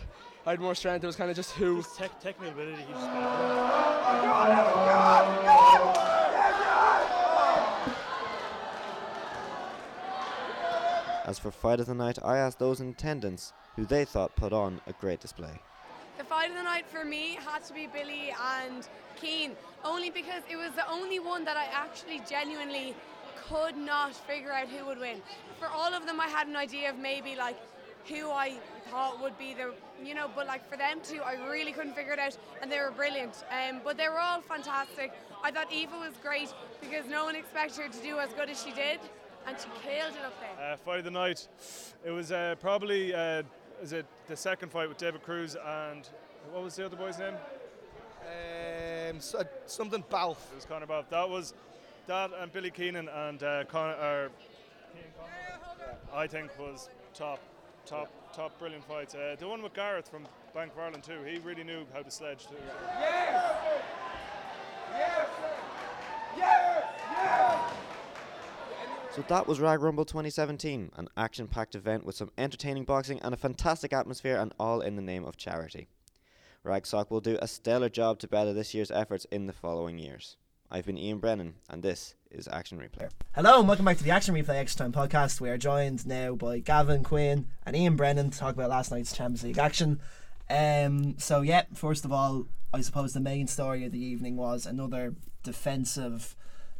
S13: I had more strength, it was kind of just who.
S17: Tech- technical ability. He's
S8: As for fight of the night, I asked those in attendance who they thought put on a great display.
S20: The fight of the night for me had to be Billy and Keane, only because it was the only one that I actually genuinely could not figure out who would win. For all of them, I had an idea of maybe like who I thought would be the, you know, but like for them two, I really couldn't figure it out, and they were brilliant. Um, but they were all fantastic. I thought Eva was great because no one expected her to do as good as she did, and she killed it up there.
S21: Uh, fight of the night. It was uh, probably uh, is it the second fight with David Cruz and what was the other boy's name? Um, something Balf. It was Conor Balf. That was that and Billy Keenan and uh, Conor. Or, I think was top, top, top, brilliant fights. Uh, the one with Gareth from Bank of Ireland too. He really knew how to sledge too.
S8: So that was Rag Rumble 2017, an action packed event with some entertaining boxing and a fantastic atmosphere, and all in the name of charity. Rag Sock will do a stellar job to better this year's efforts in the following years. I've been Ian Brennan, and this is Action Replay.
S5: Hello and welcome back to the Action Replay Extra Time podcast. We are joined now by Gavin Quinn and Ian Brennan to talk about last night's Champions League action. Um, so, yeah, first of all, I suppose the main story of the evening was another defensive.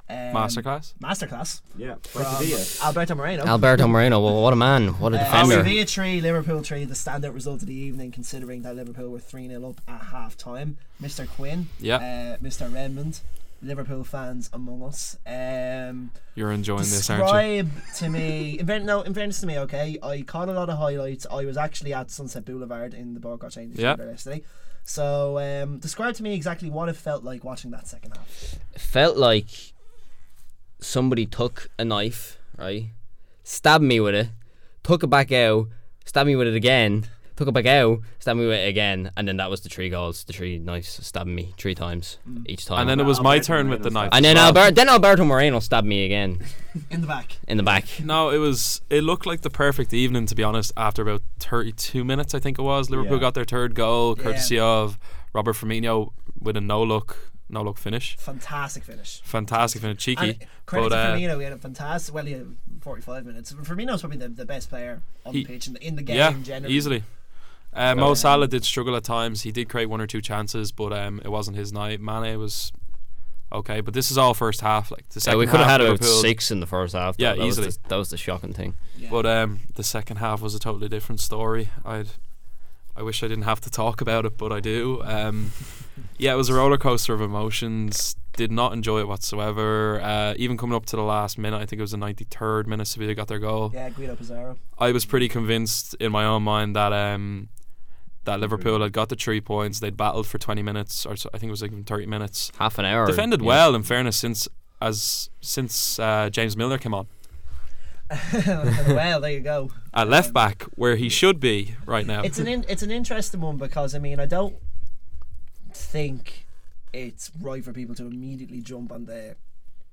S5: Um,
S22: Masterclass?
S5: Masterclass.
S22: Yeah,
S5: from
S22: Sevilla.
S5: Alberto Moreno.
S7: Alberto Moreno, well, what a man, what a
S5: Uh,
S7: defender.
S5: Sevilla 3, Liverpool 3, the standout result of the evening, considering that Liverpool were 3 0 up at half time. Mr. Quinn,
S22: Yeah.
S5: uh, Mr. Redmond, Liverpool fans among us. Um,
S22: You're enjoying this,
S5: describe
S22: aren't you?
S5: to me, in fairness, no, in fairness to me, okay, I caught a lot of highlights. I was actually at Sunset Boulevard in the Borgo Change
S22: Yeah.
S5: yesterday. So, um, describe to me exactly what it felt like watching that second half.
S7: felt like somebody took a knife, right? Stabbed me with it, took it back out, stabbed me with it again, took it back out, stabbed me with it again, and then that was the three goals, the three knives stabbing me three times each time.
S22: And then it was my Alberto turn with the Moreno knife
S7: And
S22: as
S7: then
S22: well.
S7: Alberto, then Alberto Moreno stabbed me again
S5: In the back.
S7: in the back.
S22: No, it was. It looked like the perfect evening, to be honest. After about 32 minutes, I think it was, Liverpool
S5: Yeah.
S22: got their third goal,
S5: Yeah.
S22: courtesy of Robert Firmino with a no look, no look finish.
S5: Fantastic finish.
S22: Fantastic finish, cheeky.
S5: And credit
S22: but,
S5: to
S22: uh,
S5: Firmino, he had a fantastic. Well, he had 45 minutes. Firmino's probably the, the best player on
S22: He-
S5: the pitch in the, in the game.
S22: yeah,
S5: generally.
S22: easily. Uh, Mo Salah did struggle at times. He did create one or two chances, but um, it wasn't his night. Mane was okay, but this is all first half. Like the
S7: Yeah,
S22: second
S7: we could have
S22: half,
S7: had about
S22: Liverpool-
S7: six in the first half. though.
S22: Yeah,
S7: that
S22: easily.
S7: Was the, that was the shocking thing.
S22: But um, the second half was a totally different story. I'd, I wish I didn't have to talk about it, but I do. Um, yeah, it was a roller coaster of emotions. Did not enjoy it whatsoever. Uh, even coming up to the last minute, I think it was the 93rd minute, Sevilla got their goal.
S5: Yeah, Guido Pizarro.
S22: I was pretty convinced in my own mind that um, that Liverpool had got the three points. They'd battled for 20 minutes, or so, I think it was like 30 minutes.
S7: Half an hour,
S22: Defended
S7: yeah.
S22: well, in fairness, since as since uh, James Milner came on
S5: well, there you go.
S22: at left back, where he should be right now.
S5: It's an in, it's an interesting one because I mean I don't think it's right for people to immediately jump on the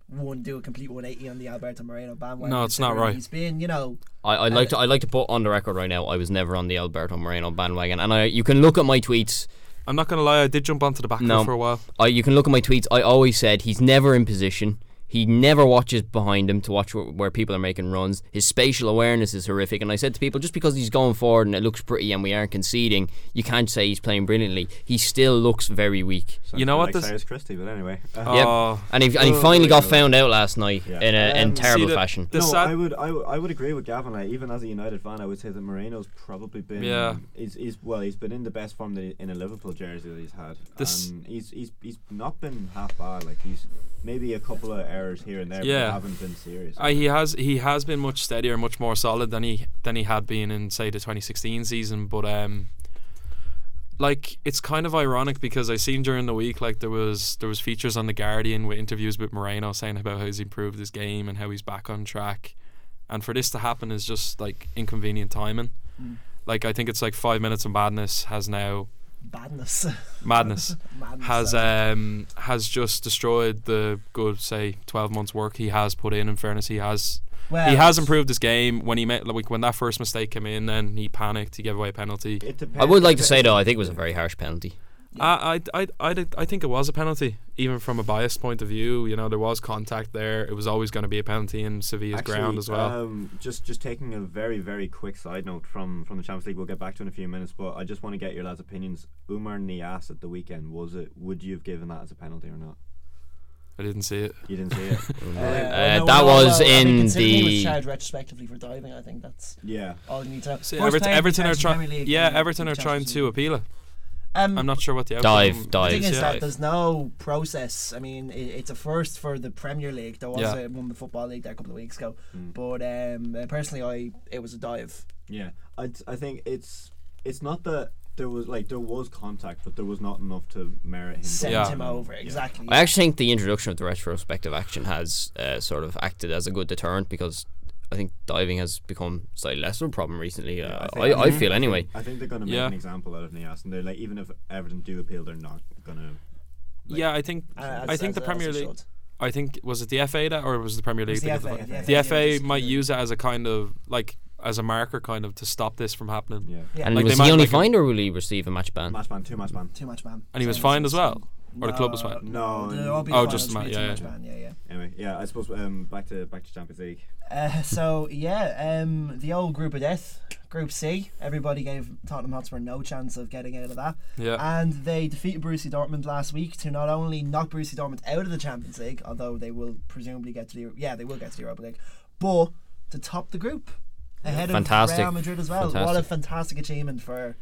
S5: one do a complete 180 on the Alberto Moreno bandwagon.
S7: No, it's not
S5: considering
S7: right.
S5: He's been you know
S7: I, I'd like to I'd like to put on the record right now I was never on the Alberto Moreno bandwagon and I you can look at my tweets.
S22: I'm not gonna lie, I did jump onto the back
S7: no,
S22: for a while.
S7: I, you can look at my tweets. I always said he's never in position. He never watches behind him to watch where, where people are making runs. His spatial awareness is horrific. And I said to people, just because he's going forward and it looks pretty and we aren't conceding, you can't say he's playing brilliantly. He still looks very weak.
S23: Sounds
S22: You know
S23: kinda
S22: what
S23: Like
S22: this- uh,
S23: Cyrus Christie, but anyway.
S7: Yep. and he, and he finally got found out last night in, a, in terrible fashion.
S23: no, I would, I would, I would agree with Gavin. Like, even as a United fan, I would say that Moreno's probably been,
S22: Yeah.
S23: he's, he's well, he's been in the best form that he, in a Liverpool jersey that he's had.
S22: This-
S23: and he's, he's, he's not been half bad. Like he's maybe a couple of errors here and there, but
S22: Yeah.
S23: they haven't been serious.
S22: Uh, he has he has been much steadier, much more solid than he than he had been in say the 2016 season. But um, like it's kind of ironic because I seen during the week like there was there was features on the Guardian with interviews with Moreno saying about how he's improved his game and how he's back on track, and for this to happen is just like inconvenient timing.
S5: Mm.
S22: Like I think it's like five minutes of madness has now
S5: Badness.
S22: madness,
S5: Madness,
S22: has
S5: uh,
S22: um has just destroyed the good say twelve months work he has put in. In fairness, he has.
S23: Well-
S22: he has improved his game. When he met, like when that first mistake came in, then he panicked. He gave away a penalty.
S7: I would like to say though, I think it was a very harsh penalty.
S22: I, I, I, I, did- I think it was a penalty, even from a biased point of view. You know, there was contact there. It was always going to be a penalty in Sevilla's
S23: Actually,
S22: ground as
S5: uh,
S22: well.
S23: Um, just just taking a very very quick side note from from the Champions League. We'll get back to it in a few minutes, but I just want to get your lads' opinions. Umar Nias at the weekend was it? Would you have given that as a penalty or not?
S22: I didn't see it.
S23: You didn't see it.
S7: Uh, Uh, that was
S5: I mean,
S7: in
S5: considering he was
S7: the.
S5: charged retrospectively for diving. I think that's
S23: Yeah.
S5: all you need to know.
S22: See,
S5: First
S22: Everton,
S5: player to be
S22: Everton are
S5: charged in
S22: trying.
S5: Premier League
S22: Yeah,
S5: in the
S22: Everton are
S5: Champions
S22: trying to appeal it.
S5: Um,
S22: I'm not sure what the
S7: Dive,
S22: outcome
S7: dive.
S5: The thing is
S22: Yeah.
S5: that there's no process. I mean, i it's a first for the Premier League. There was
S23: Yeah.
S5: a, one in the Football League there a couple of weeks ago.
S23: Mm.
S5: But um, uh, personally, I it was a dive.
S23: Yeah, I, I think it's it's not that there was like there was contact, but there was not enough to merit him.
S22: Mm.
S5: Sent
S23: going
S5: him
S23: down.
S5: over, exactly.
S7: I actually think the introduction of the retrospective action has uh, sort of acted as a good deterrent because I think diving has become slightly less of a problem recently. Uh, I, I, feel anyway.
S23: I think they're going to make an example out of Nias, and they're like, even if Everton do appeal, they're not going to.
S22: yeah, I think
S23: Uh,
S22: I
S23: as-
S22: think
S23: as-
S22: the
S23: as
S22: Premier
S23: it
S22: League.
S23: should.
S22: I think was it the FA that or was it the Premier
S23: It
S22: League?
S23: was the
S22: that did
S23: FA,
S22: the,
S23: the
S22: the
S23: FA,
S22: FA might use it as a kind of like as a marker, kind of to stop this from happening. Yeah.
S7: And was he only fined or will he receive a match ban?
S23: Match ban, two match ban.
S5: Too much, man.
S22: And he was fined as well, or the club was fined.
S23: No,
S5: There will be
S22: Oh,
S5: finals,
S22: just
S5: it'll
S22: ma-
S5: be
S22: yeah,
S5: too
S22: yeah.
S5: much man, yeah, yeah.
S23: Anyway, yeah, I suppose um, back to back to Champions League.
S5: Uh, so yeah, um, the old group of death, Group C. Everybody gave Tottenham Hotspur no chance of getting out of that.
S22: Yeah.
S5: And they defeated Borussia Dortmund last week to not only knock Borussia Dortmund out of the Champions League, although they will presumably get to the yeah they will get to the Europa League, but to top the group ahead
S7: Fantastic.
S5: of Real Madrid as well. What a
S7: Fantastic.
S5: fantastic achievement for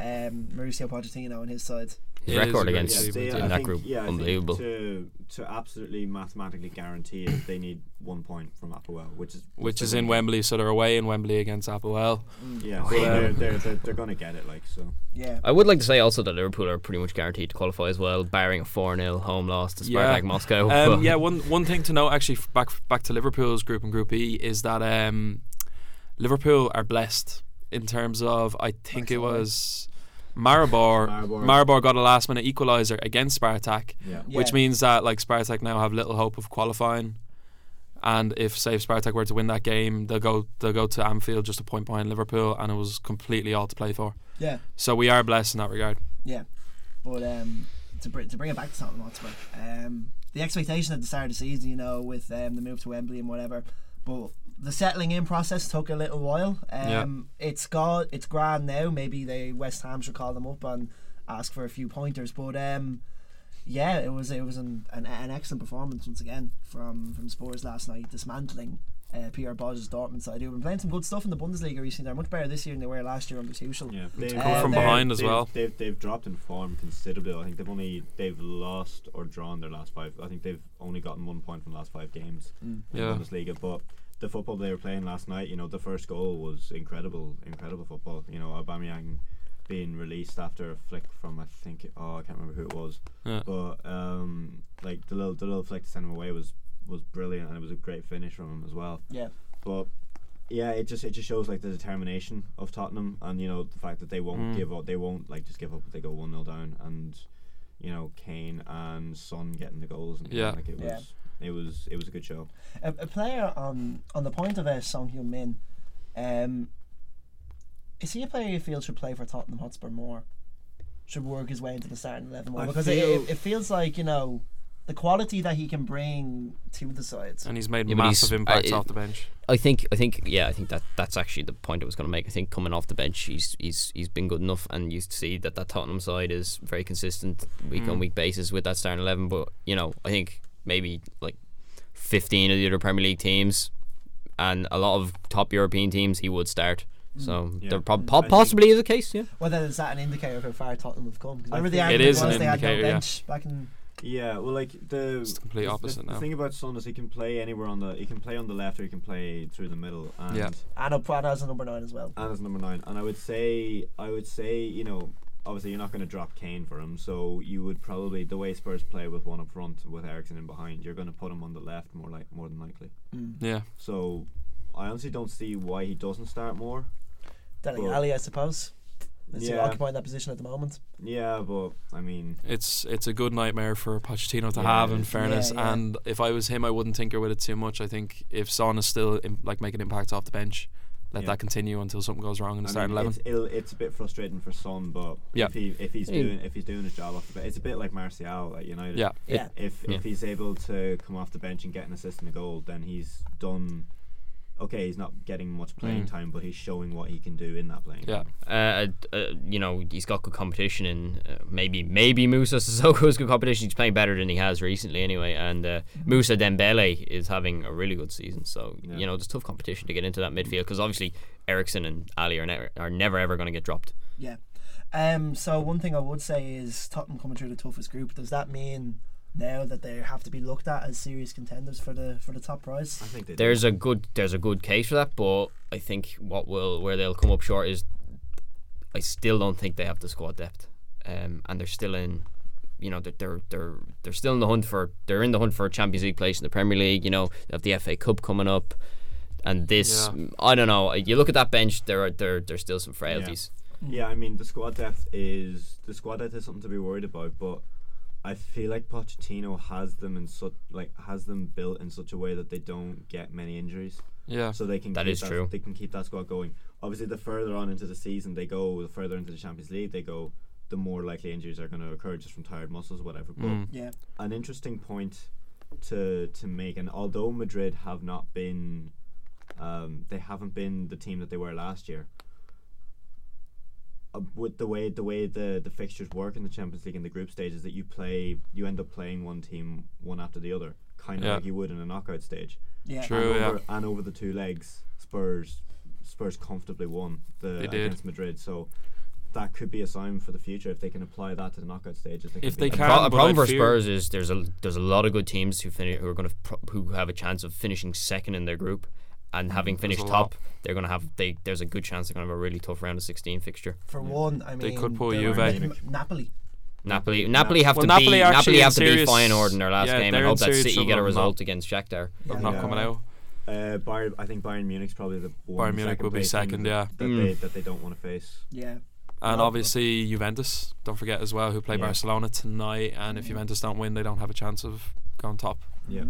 S5: um, Mauricio Pochettino and his side.
S7: His record against
S23: Yeah, they-
S7: in
S23: I
S7: that
S23: think-
S7: group,
S23: yeah, I think
S7: unbelievable.
S23: To to absolutely mathematically guarantee it, they need one point from Applewell, which is
S22: Which is in Wembley, so they're away in Wembley against Applewell.
S7: Oh,
S23: Yeah, so they're, they're, they're, they're gonna get it like so.
S5: Yeah.
S7: I would like to say also that Liverpool are pretty much guaranteed to qualify as well, barring a 4 0 home loss to Spartak Moscow.
S22: Um, yeah, one one thing to note actually f- back back to Liverpool's group and Group E is that um, Liverpool are blessed in terms of I think it was Maribor.
S23: Maribor.
S22: Maribor. got a last minute equaliser against Spartak,
S7: Uh,
S23: Yeah.
S22: which
S23: Yeah.
S22: means that like Spartak now have little hope of qualifying. And if say if Spartak were to win that game, they'll go they'll go to Anfield just a point behind Liverpool, and it was completely all to play for.
S5: Yeah.
S22: So we are blessed in that regard.
S5: Yeah, but um, to, br- to bring it back to Tottenham Hotspur, um, the expectation at the start of the season, you know, with um, the move to Wembley and whatever, but the settling in process took a little while. Um, It's got it's grand now. Maybe they West Ham should call them up and ask for a few pointers, but um. Yeah, it was it was an, an, an excellent performance once again from from Spurs last night, dismantling uh, Pierre Bosch's Dortmund side. They've been playing some good stuff in the Bundesliga recently. They're much better this year than they were last year under Tuchel.
S23: Yeah,
S5: Uh, they're-
S22: as
S23: they've-
S22: well.
S23: They've they've dropped in form considerably. I think they've only they've lost or drawn their last five. I think they've only gotten one point from the last five games
S5: Mm.
S23: in
S22: Yeah.
S23: the Bundesliga. But the football they were playing last night, you know, the first goal was incredible, incredible football. You know, Aubameyang being released after a flick from I think it- oh I can't remember who it was,
S22: Yeah.
S23: but um like the little the little flick to send him away was was brilliant and it was a great finish from him as well.
S5: Yeah.
S23: But yeah, it just it just shows like the determination of Tottenham and you know the fact that they won't
S22: Mm.
S23: give up. They won't like just give up. if They go one 0 down and you know Kane and Son getting the goals. And
S22: Yeah.
S23: like it was
S5: Yeah.
S23: it was it was a good show.
S5: a, a player on on the point of uh, Song Hyun Min, um, is he a player you feel should play for Tottenham Hotspur more? Should work his way into the starting eleven more
S23: I
S5: because it, it,
S23: feel-
S5: it feels like you know the quality that he can bring to the sides.
S22: And he's made
S7: Yeah, but
S22: massive
S7: he's- uh,
S22: impacts
S7: I-
S22: off the bench.
S7: I think I think yeah, I think that that's actually the point I was going to make. I think coming off the bench, he's he's he's been good enough, and you see that that Tottenham side is very consistent week
S22: Mm.
S7: on week basis with that starting eleven. But you know, I think maybe like fifteen of the other Premier League teams and a lot of top European teams, he would start. So
S5: Mm.
S7: there
S5: Yeah.
S7: prob-
S5: Mm.
S7: po-
S5: I
S7: possibly is the case. Yeah.
S5: Well, then is that an indicator of how far Tottenham have come? 'Cause
S23: I
S5: remember the
S23: think- It
S5: argument
S23: is an
S5: was they had no
S23: indicator, yeah.
S5: bench back in.
S23: Yeah, well, like the
S22: It's the complete
S23: the-
S22: opposite now.
S23: the, The thing about Son is he can play anywhere on the he can play on the left or he can play through the middle. And
S22: Yeah.
S5: And up and as a number nine as well.
S23: And as number nine, and I would say, I would say, you know, obviously you're not going to drop Kane for him, so you would probably the way Spurs play with one up front with Ericsson in behind, you're going to put him on the left more like more than likely.
S22: Mm. Yeah.
S23: So I honestly don't see why he doesn't start more.
S5: Deli
S23: but-
S5: Ali, I suppose. Is he
S23: Yeah.
S5: occupying that position at the moment?
S23: Yeah, but I mean,
S22: it's it's a good nightmare for Pochettino to
S23: Yeah,
S22: have.
S23: it
S22: In
S23: is.
S22: fairness,
S23: Yeah, yeah.
S22: and if I was him, I wouldn't tinker with it too much. I think if Son is still im like making impacts off the bench, let
S23: Yeah.
S22: that continue until something goes wrong in the
S23: I
S22: starting
S23: mean,
S22: eleven.
S23: It's, it'll, it's a bit frustrating for Son, but
S22: Yeah.
S23: if he if he's
S22: Yeah.
S23: doing if he's doing his job off the bench, it's a bit like Martial at United.
S22: Yeah.
S23: If
S22: Yeah.
S23: if,
S22: Yeah.
S23: if he's able to come off the bench and get an assist and a goal, then he's done. Okay, he's not getting much playing
S7: Mm.
S23: time, but he's showing what he can do in that playing. time.
S7: Uh, uh, you know, he's got good competition, and uh, maybe maybe Musa Sissoko's good competition. He's playing better than he has recently, anyway. And uh, Musa Dembele is having a really good season. So you know, there's tough competition to get into that midfield because obviously Ericsson and Ali are never are never ever going to get dropped.
S5: Yeah. Um, so one thing I would say is Tottenham coming through the toughest group. Does that mean now that they have to be looked at as serious contenders for the for the top prize? I
S23: think
S7: There's a good there's a good case for that, but I think what will where they'll come up short is I still don't think they have the squad depth, um, and they're still in, you know, they're they're they're, they're still in the hunt for they're in the hunt for a Champions League place in the Premier League. You know, they have the FA Cup coming up, and this
S23: Yeah.
S7: I don't know. You look at that bench, there are there there's still some frailties.
S23: Yeah. I mean the squad depth is the squad depth is something to be worried about, but I feel like Pochettino has them in such like has them built in such a way that they don't get many injuries.
S22: Yeah.
S23: So they can
S7: That
S23: keep
S7: is true.
S23: They can keep that squad going. Obviously, the further on into the season they go, the further into the Champions League they go, the more likely injuries are going to occur just from tired muscles, whatever. But
S5: Mm. Yeah.
S23: an interesting point to to make, and although Madrid have not been, um, they haven't been the team that they were last year uh, with the way the way the the fixtures work in the Champions League in the group stage is that you play you end up playing one team one after the other, kind of
S22: Yeah.
S23: like you would in a knockout stage.
S22: Yeah.
S23: And
S22: True, yeah.
S23: Over, And over the two legs, Spurs Spurs comfortably won the
S22: They did.
S23: against Madrid. So. That could be a sign for the future if they can apply that to the knockout stages.
S22: If
S7: A
S22: they
S7: pro-
S22: can,
S7: a
S22: but
S7: problem
S22: I
S7: for
S22: fear-
S7: Spurs is there's a there's a lot of good teams who finish who are going to pro- who have a chance of finishing second in their group, and having
S22: There's
S7: finished
S22: a
S7: top,
S22: lot.
S7: they're going to have they there's a good chance they're going to have a really tough round of sixteen fixture.
S5: For one, I
S22: They
S5: mean,
S22: could pull
S5: they
S22: Juve.
S5: were in Napoli.
S7: Napoli, Napoli have
S22: Well,
S7: to be
S22: Napoli actually
S7: Napoli
S22: in
S7: have to be
S22: serious-
S7: Feyenoord in their last
S22: yeah,
S7: game
S22: they're
S7: and
S22: in
S7: hope that
S22: serious
S7: City
S22: trouble
S7: get a
S22: of not-
S7: result against Shakhtar.
S22: of not coming out.
S23: Uh, Bayern, I think Bayern Munich's probably the one
S22: Bayern Munich
S23: second
S22: will be
S23: place team
S22: second, yeah.
S23: that,
S22: Mm.
S23: they, that they don't want to face.
S5: Yeah.
S22: And obviously Juventus, don't forget as well, who play
S23: Yeah.
S22: Barcelona tonight. And if Juventus don't win, they don't have a chance of going top.
S23: Yeah.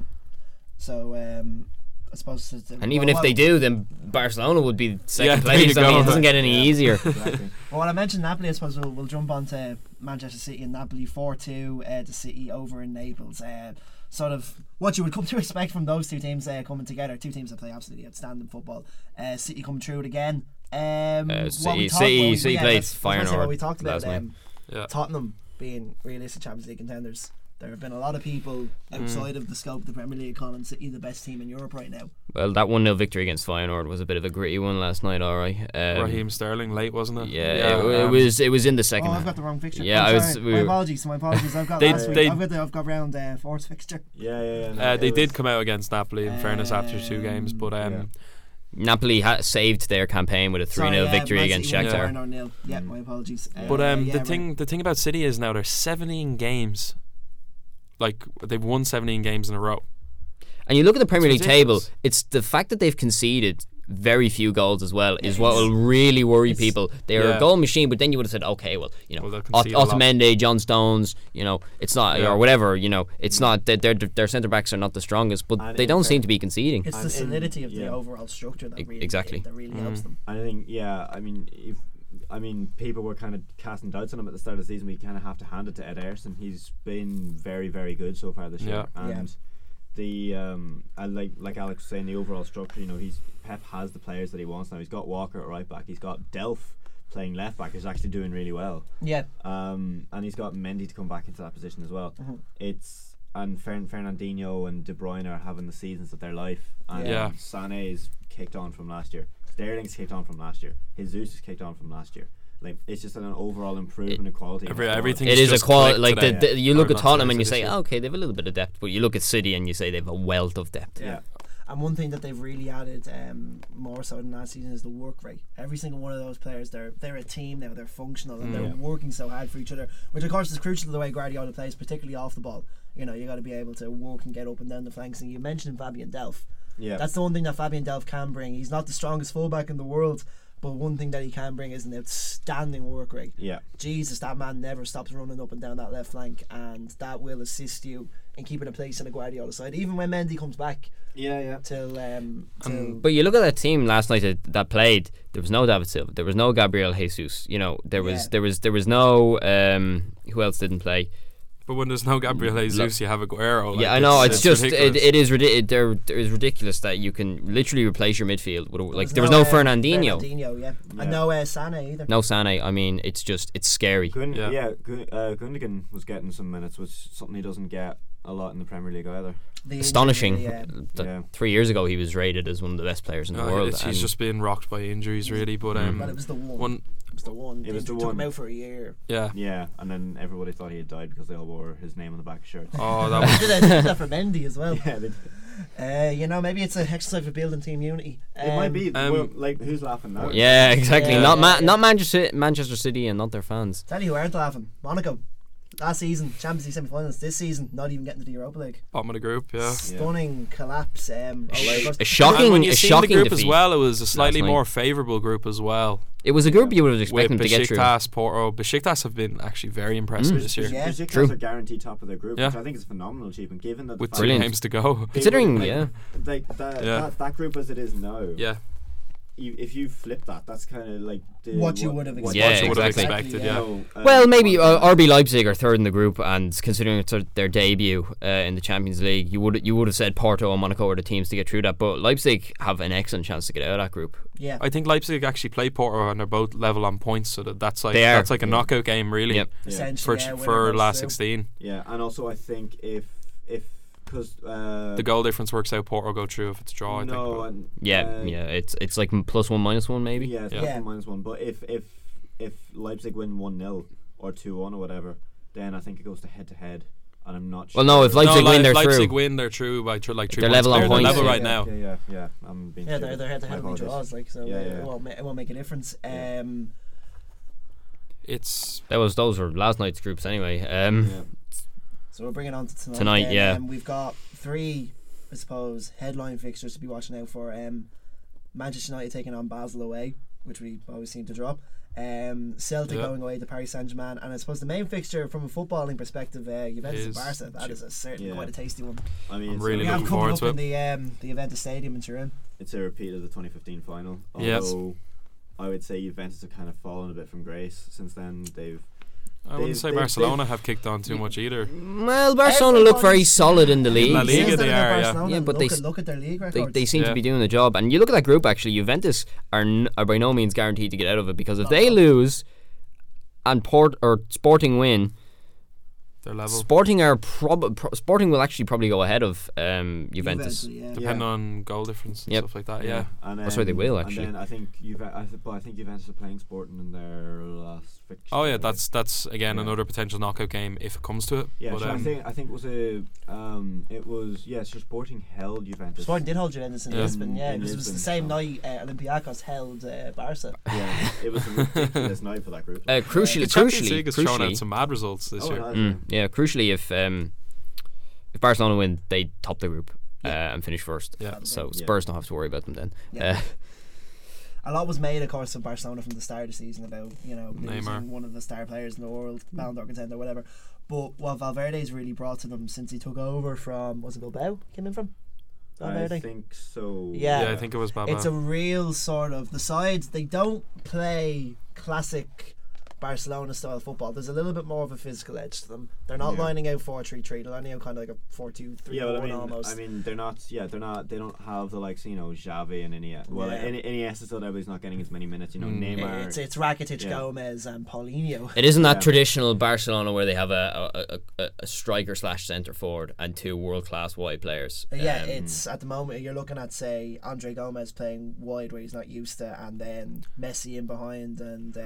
S5: So um, I suppose. it's-
S7: And even if
S5: well,
S7: they do, then Barcelona would be second
S22: Yeah, there you
S7: place. I mean,
S22: go.
S7: it doesn't get any
S22: Yeah.
S7: easier.
S22: Exactly.
S5: Well, when I mentioned Napoli, I suppose we'll, we'll jump on to Manchester City and Napoli 4 2 uh, to City over in Naples. Uh, sort of what you would come to expect from those two teams uh, coming together. Two teams that play absolutely outstanding football. Uh, City coming through it again. Um,
S7: Uh,
S5: what
S7: City-
S5: we talked-
S7: City-
S5: well, we-
S7: City
S5: yeah,
S7: played
S5: that's- that's what I said, what
S7: Feyenoord
S5: We talked about
S7: last night.
S5: um,
S22: Yeah.
S5: Tottenham being realistic Champions League contenders. There have been a lot of people
S7: Mm.
S5: outside of the scope of the Premier League calling City the best team in Europe right now.
S7: Well, that 1 0 victory against Feyenoord was a bit of a gritty one last night, alright. Um,
S22: Raheem Sterling late, wasn't it?
S7: Yeah,
S22: Yeah,
S7: it, w- it
S22: um,
S7: was it was in the second
S5: Oh,
S7: half.
S5: I've got the wrong fixture.
S7: Yeah,
S5: I'm
S7: I was.
S5: sorry.
S7: we
S5: my
S7: were-
S5: apologies. My apologies. I've got
S22: They-
S5: last week.
S22: they-
S5: I've got the, I've got round uh, fourth fixture.
S23: Yeah, yeah, yeah.
S22: Uh, they did come out against Napoli, in fairness, after two games, but um,
S7: Napoli ha- saved their campaign with a 3
S5: Sorry,
S7: 0
S5: uh,
S7: victory
S5: Man
S7: against
S5: City won
S7: Shakhtar.
S5: 4-0. Yeah, my apologies. Uh,
S22: But um,
S5: yeah,
S22: the
S5: right.
S22: thing the thing about City is now they're 17 games, like they've won 17 games in a row.
S7: And you look at the Premier
S22: It's
S7: League table,
S22: ridiculous.
S7: it's the fact that they've conceded very few goals as well is
S22: Yeah,
S7: what
S22: it's-
S7: will really worry people. They're a
S22: Yeah.
S7: goal machine, but then you would have said, okay, well, you know,
S22: Well, they'll
S7: Ot-
S22: concede a lot.
S7: Otamendi, John Stones, you know, it's not
S22: Yeah.
S7: or whatever, you know, it's not that their their centre backs are not the strongest, but
S23: And
S7: they
S23: in
S7: don't seem
S23: fair-
S7: to be conceding.
S5: It's the solidity of the overall structure
S7: E-
S5: that really
S7: exactly.
S5: that really
S22: Mm.
S5: helps them.
S23: And I think, yeah, I mean, if I mean, people were kind of casting doubts on him at the start of the season. We kind of have to hand it to Ed Ayrton. He's been very, very good so far this year.
S5: Yeah. Yeah.
S23: And the um, I like like Alex was saying, the overall structure. You know, he's Pep has the players that he wants now. He's got Walker at right back. He's got Delph playing left back. Who's actually doing really well.
S5: Yeah.
S23: Um, and he's got Mendy to come back into that position as well.
S5: Mhm.
S23: It's and Fern- Fernandinho and De Bruyne are having the seasons of their life. And
S22: Yeah. Yeah.
S23: Sane's kicked on from last year. Sterling's kicked on from last year. Jesus is kicked on from last year. Like it's just an overall improvement in quality. of
S22: Every-
S23: squad.
S22: everything's
S7: It is a quality. Like the, the, you
S22: Or
S7: look at
S22: not
S7: Tottenham
S22: today, so
S7: and you
S22: this
S7: say,
S22: year.
S7: oh, okay, they have a little bit of depth, but you look at City and you say they have a wealth of depth.
S23: Yeah.
S5: And one thing that they've really added um, more so than last season is the work rate. Every single one of those players, they're they're a team now. They're functional and
S2: Mm.
S5: they're
S2: Yeah.
S5: working so hard for each other, which of course is crucial to the way Guardiola plays, particularly off the ball. You know, you got to be able to work and get up and down the flanks. And you mentioned Fabian Delph.
S23: Yeah.
S5: That's the one thing that Fabian Delph can bring. He's not the strongest fullback in the world, but one thing that he can bring is an outstanding work rate.
S23: Yeah.
S5: Jesus, that man never stops running up and down that left flank, and that will assist you in keeping a place on the Guardiola side, even when Mendy comes back.
S23: Yeah, yeah.
S5: Till um, till
S7: But you look at that team last night that, that played. There was no David Silva. There was no Gabriel Jesus. You know, there was
S5: Yeah.
S7: there was there was no um, who else didn't play.
S22: But when there's no Gabriel Jesus, you have Aguero. like,
S7: Mm. yeah, I know. It's, just it,
S22: ridiculous.
S7: it is ridiculous. There, there is ridiculous that you can literally replace your midfield with a, like there was no,
S5: uh,
S7: Fernandinho,
S5: Fernandinho, yeah. And no uh, Sané either.
S7: no Sane. I mean, it's just it's scary.
S23: Gun- yeah, Gun- uh, Gundogan was getting some minutes, which is something he doesn't get a lot in the Premier League either.
S7: astonishing. Th-
S23: Yeah.
S7: Three years ago, he was rated as one of the best players in the
S22: No,
S7: world.
S22: Oh, it's- he's
S7: and-
S22: just being rocked by injuries, really. But
S7: Mm.
S22: um,
S5: But it was the one.
S22: one
S5: It was the one.
S23: It was
S5: They
S23: the
S5: took
S23: one.
S5: him out for a year.
S22: Yeah.
S23: Yeah, and then everybody thought he had died because they all wore his name on the back of shirts.
S22: Oh, that
S5: They did that- they did that for Mendy as well.
S23: Yeah, they
S5: Uh, you know, maybe it's an exercise for building team unity.
S23: It might be.
S7: Um,
S23: well, like, who's laughing now?
S7: yeah, exactly.
S5: Yeah,
S7: not
S5: yeah,
S7: Ma-
S5: yeah.
S7: not Manchester Manchester City and not their fans.
S5: Tell you who aren't laughing. Monaco. Last season, Champions League semi-finals. This season, not even getting to the Europa League.
S22: bottom of the group. Yeah.
S5: Stunning collapse. Um, away versus-
S22: And when you seen the group as
S7: defeat
S22: well, it was a
S7: last
S22: slightly
S7: night.
S22: more favourable group as well.
S7: It was a group you would have expected
S22: With
S7: to get through. Mm.
S22: Besiktas, Porto, Besiktas have been actually very impressive this year.
S23: Yeah, Besiktas are guaranteed top of their group, which
S22: Yeah.
S23: I think is a phenomenal achievement, given that
S22: With
S23: the
S22: two
S23: fact-
S22: games to go.
S23: They were-
S22: Considering,
S23: like,
S22: yeah.
S23: like that,
S22: Yeah.
S23: that that group as it is now.
S22: Yeah.
S23: You, if you flip that, that's kind of like the,
S5: What you would have
S23: what-
S7: Yeah,
S23: what you would have
S7: exactly.
S23: So, uh,
S7: well, maybe uh, RB Leipzig are third in the group, and considering it's their- their debut uh, in the Champions League, you would you would have said Porto and Monaco are the teams to get through that. But Leipzig have an excellent chance to get out of that group.
S5: Yeah.
S22: I think Leipzig actually play Porto and they're both level on points, so that that's like
S7: They are.
S22: that's like a knockout game really for
S23: Essentially, Mm. yeah, winner
S22: for
S23: goes
S22: last
S23: through.
S22: sixteen.
S23: Yeah, and also I think if if because uh,
S22: The goal difference works out. Porto go through if it's a draw.
S23: No,
S22: I think.
S23: and, uh,
S22: but-
S7: Yeah, yeah. It's it's like m- plus one, minus one, maybe.
S23: Yeah, it's plus and minus one. But if if if Leipzig win one 0 or two one or whatever, then I think it goes to head to head, and I'm not. sure.
S7: Well, no, if Leipzig
S22: no,
S7: win, they're
S22: Leipzig
S7: through.
S22: win, they're through by tr- like three
S7: They're
S22: points.
S7: level on
S22: clear. They're
S7: points.
S22: level
S7: Yeah,
S22: right now.
S23: Yeah, yeah, yeah. I'm being.
S5: Yeah,
S23: stupid.
S5: they're they're head to
S23: My
S5: head
S23: apologies.
S5: draws, like so.
S23: Yeah,
S5: uh,
S23: yeah.
S5: It, won't make, it won't make a difference. Um,
S22: It's
S7: That was those were last night's groups anyway. Um,
S5: So we're bringing on to tonight.
S7: Tonight,
S5: then.
S7: yeah.
S5: Um, we've got three, I suppose, headline fixtures to be watching out for. Um, Manchester United taking on Basel away, which we always seem to drop. Um, Celtic
S23: Yeah.
S5: going away to Paris Saint Germain, and I suppose the main fixture from a footballing perspective, uh, Juventus and
S23: Is
S5: Barca. That
S23: Ju-
S5: is a certainly
S23: Yeah.
S5: quite a tasty one.
S23: I mean,
S22: I'm
S23: it's
S22: really
S5: we
S23: a,
S5: have coming up in the um, the Juventus Stadium in Turin.
S23: It's a repeat of the 2015 final.
S22: Yeah.
S23: Although I would say Juventus have kind of fallen a bit from grace since then. They've.
S22: I wouldn't
S23: they've-
S22: say
S23: they've-
S22: Barcelona
S23: they've-
S22: have kicked on too much either.
S7: Well, Barcelona look very solid in the league.
S22: La Liga, they are. Yeah.
S5: Barcelona,
S7: Yeah, but
S5: look
S7: they
S5: at-
S7: s-
S5: look at their league
S7: They,
S5: records.
S7: they seem
S5: Yeah.
S7: to be doing the job, and you look at that group. Actually, Juventus are, n- are by no means guaranteed to get out of it because if they lose, and Port or Sporting win,
S22: they're level.
S7: Sporting are prob- pro- Sporting will actually probably go ahead of um, Juventus.
S22: Depending on goal difference and
S7: Yep.
S22: stuff like that. Yeah.
S23: And
S7: That's why they
S23: then-
S7: will, actually.
S23: And then I think Juve- I th- but I think Juventus are playing Sporting in their last fixture.
S22: Oh yeah, that's that's again another potential knockout game if it comes to it.
S23: Yeah,
S22: but,
S23: so I
S22: um,
S23: think I think it was a um, it was yeah, so Sporting held Juventus.
S5: Sporting did hold Juventus in
S23: Yeah.
S5: Lisbon, yeah,
S23: In
S5: because it was the
S23: Lisbon.
S5: same night uh, Olympiacos held uh, Barca.
S23: Yeah, it was a ridiculous night for that group.
S7: Uh, crucially,
S22: The Champions
S7: crucially,
S22: League has
S7: crucially,
S22: thrown out some mad results this
S23: Oh,
S22: year.
S23: it has,
S7: Mm, yeah, crucially, if um, if Barcelona win, they top the group uh, and finish first.
S22: Yeah.
S7: So
S23: Yeah.
S7: Spurs don't have to worry about them then.
S5: Yeah.
S7: Uh,
S5: a lot was made, of course, of Barcelona from the start of the season about you know losing
S7: Neymar.
S5: one of the star players in the world, Ballon d'Or contender, whatever. But what Valverde's really brought to them since he took over from was it Bilbao he came in from?
S23: I think so.
S5: Yeah.
S22: Yeah, I think it was Baba.
S5: It's a real sort of the sides they don't play classic Barcelona style football. There's a little bit more of a physical edge to them. They're not
S23: Yeah.
S5: lining out four three three. They're lining out kind of like a four two three
S23: Yeah, but I
S5: one
S23: mean,
S5: almost.
S23: I mean, they're not. Yeah, they're not. They don't have the likes, you know, Xavi and Iniesta. Well,
S5: Yeah.
S23: yeah. Iniesta still there, but he's not getting as many minutes. You know,
S7: Mm.
S23: Neymar.
S5: it's it's Rakitic,
S23: yeah.
S5: Gomez, and Paulinho.
S7: it isn't that
S23: Yeah.
S7: traditional Barcelona where they have a a, a- a, a striker slash centre forward and two world class wide players.
S5: Yeah,
S7: Um,
S5: it's at the moment you're looking at say Andre Gomez playing wide where he's not used to, and then Messi in behind, and uh,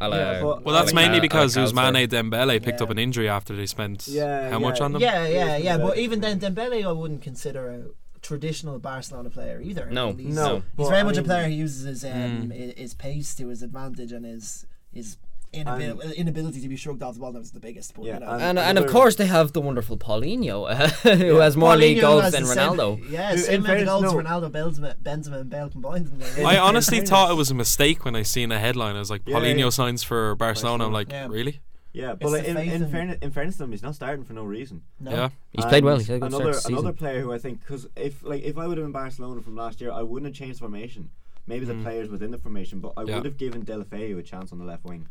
S7: Ala-
S5: yeah, but-
S7: but-
S22: Well, that's
S7: Like
S22: mainly
S7: Al-
S22: because it was
S7: Alcalde.
S22: Mane Dembele picked
S5: Yeah.
S22: up an injury after they spent
S23: Yeah,
S22: how much
S23: yeah.
S22: on them?
S5: yeah, yeah,
S23: Dembele
S5: yeah. But
S23: is
S5: even then, Dembele I wouldn't consider a traditional Barcelona player either. I
S7: No,
S5: mean, he's,
S7: no.
S5: He's
S7: But,
S5: very
S7: I
S5: much a
S7: mean-
S5: player who uses his um,
S7: Mm.
S5: i- his pace to his advantage and his his inabil-
S7: And-
S5: inability to be shrugged off the ball. That was the biggest. But, you know.
S7: and, and of course they have the wonderful Paulinho, who has more league
S5: Paulinho
S7: goals
S5: has
S7: than
S5: the same-
S7: Ronaldo.
S5: Yeah,
S23: Who, in
S5: same amount of
S23: fairness,
S5: goals
S23: no.
S5: Ronaldo, Benzema, Benzema, and Bale combined. in there.
S22: I honestly thought it was a mistake when I seen a headline. I was like,
S23: Yeah,
S22: Paulinho
S23: yeah.
S22: signs for Barcelona. I'm like,
S23: Yeah.
S22: really?
S23: Yeah,
S22: It's
S23: but like,
S22: the
S23: in,
S22: faith
S23: in,
S22: in-
S23: fairness, in fairness to him, he's not starting for no reason.
S22: No. Yeah. He's
S23: And
S22: played well, he's had a good start
S23: another
S22: to the
S23: another
S22: season.
S23: player who I think because if like if I would have been Barcelona from last year, I wouldn't have changed formation. Maybe the
S22: Mm.
S23: players within the formation, but I
S22: Yeah.
S23: would have given Delafeu a chance on the left wing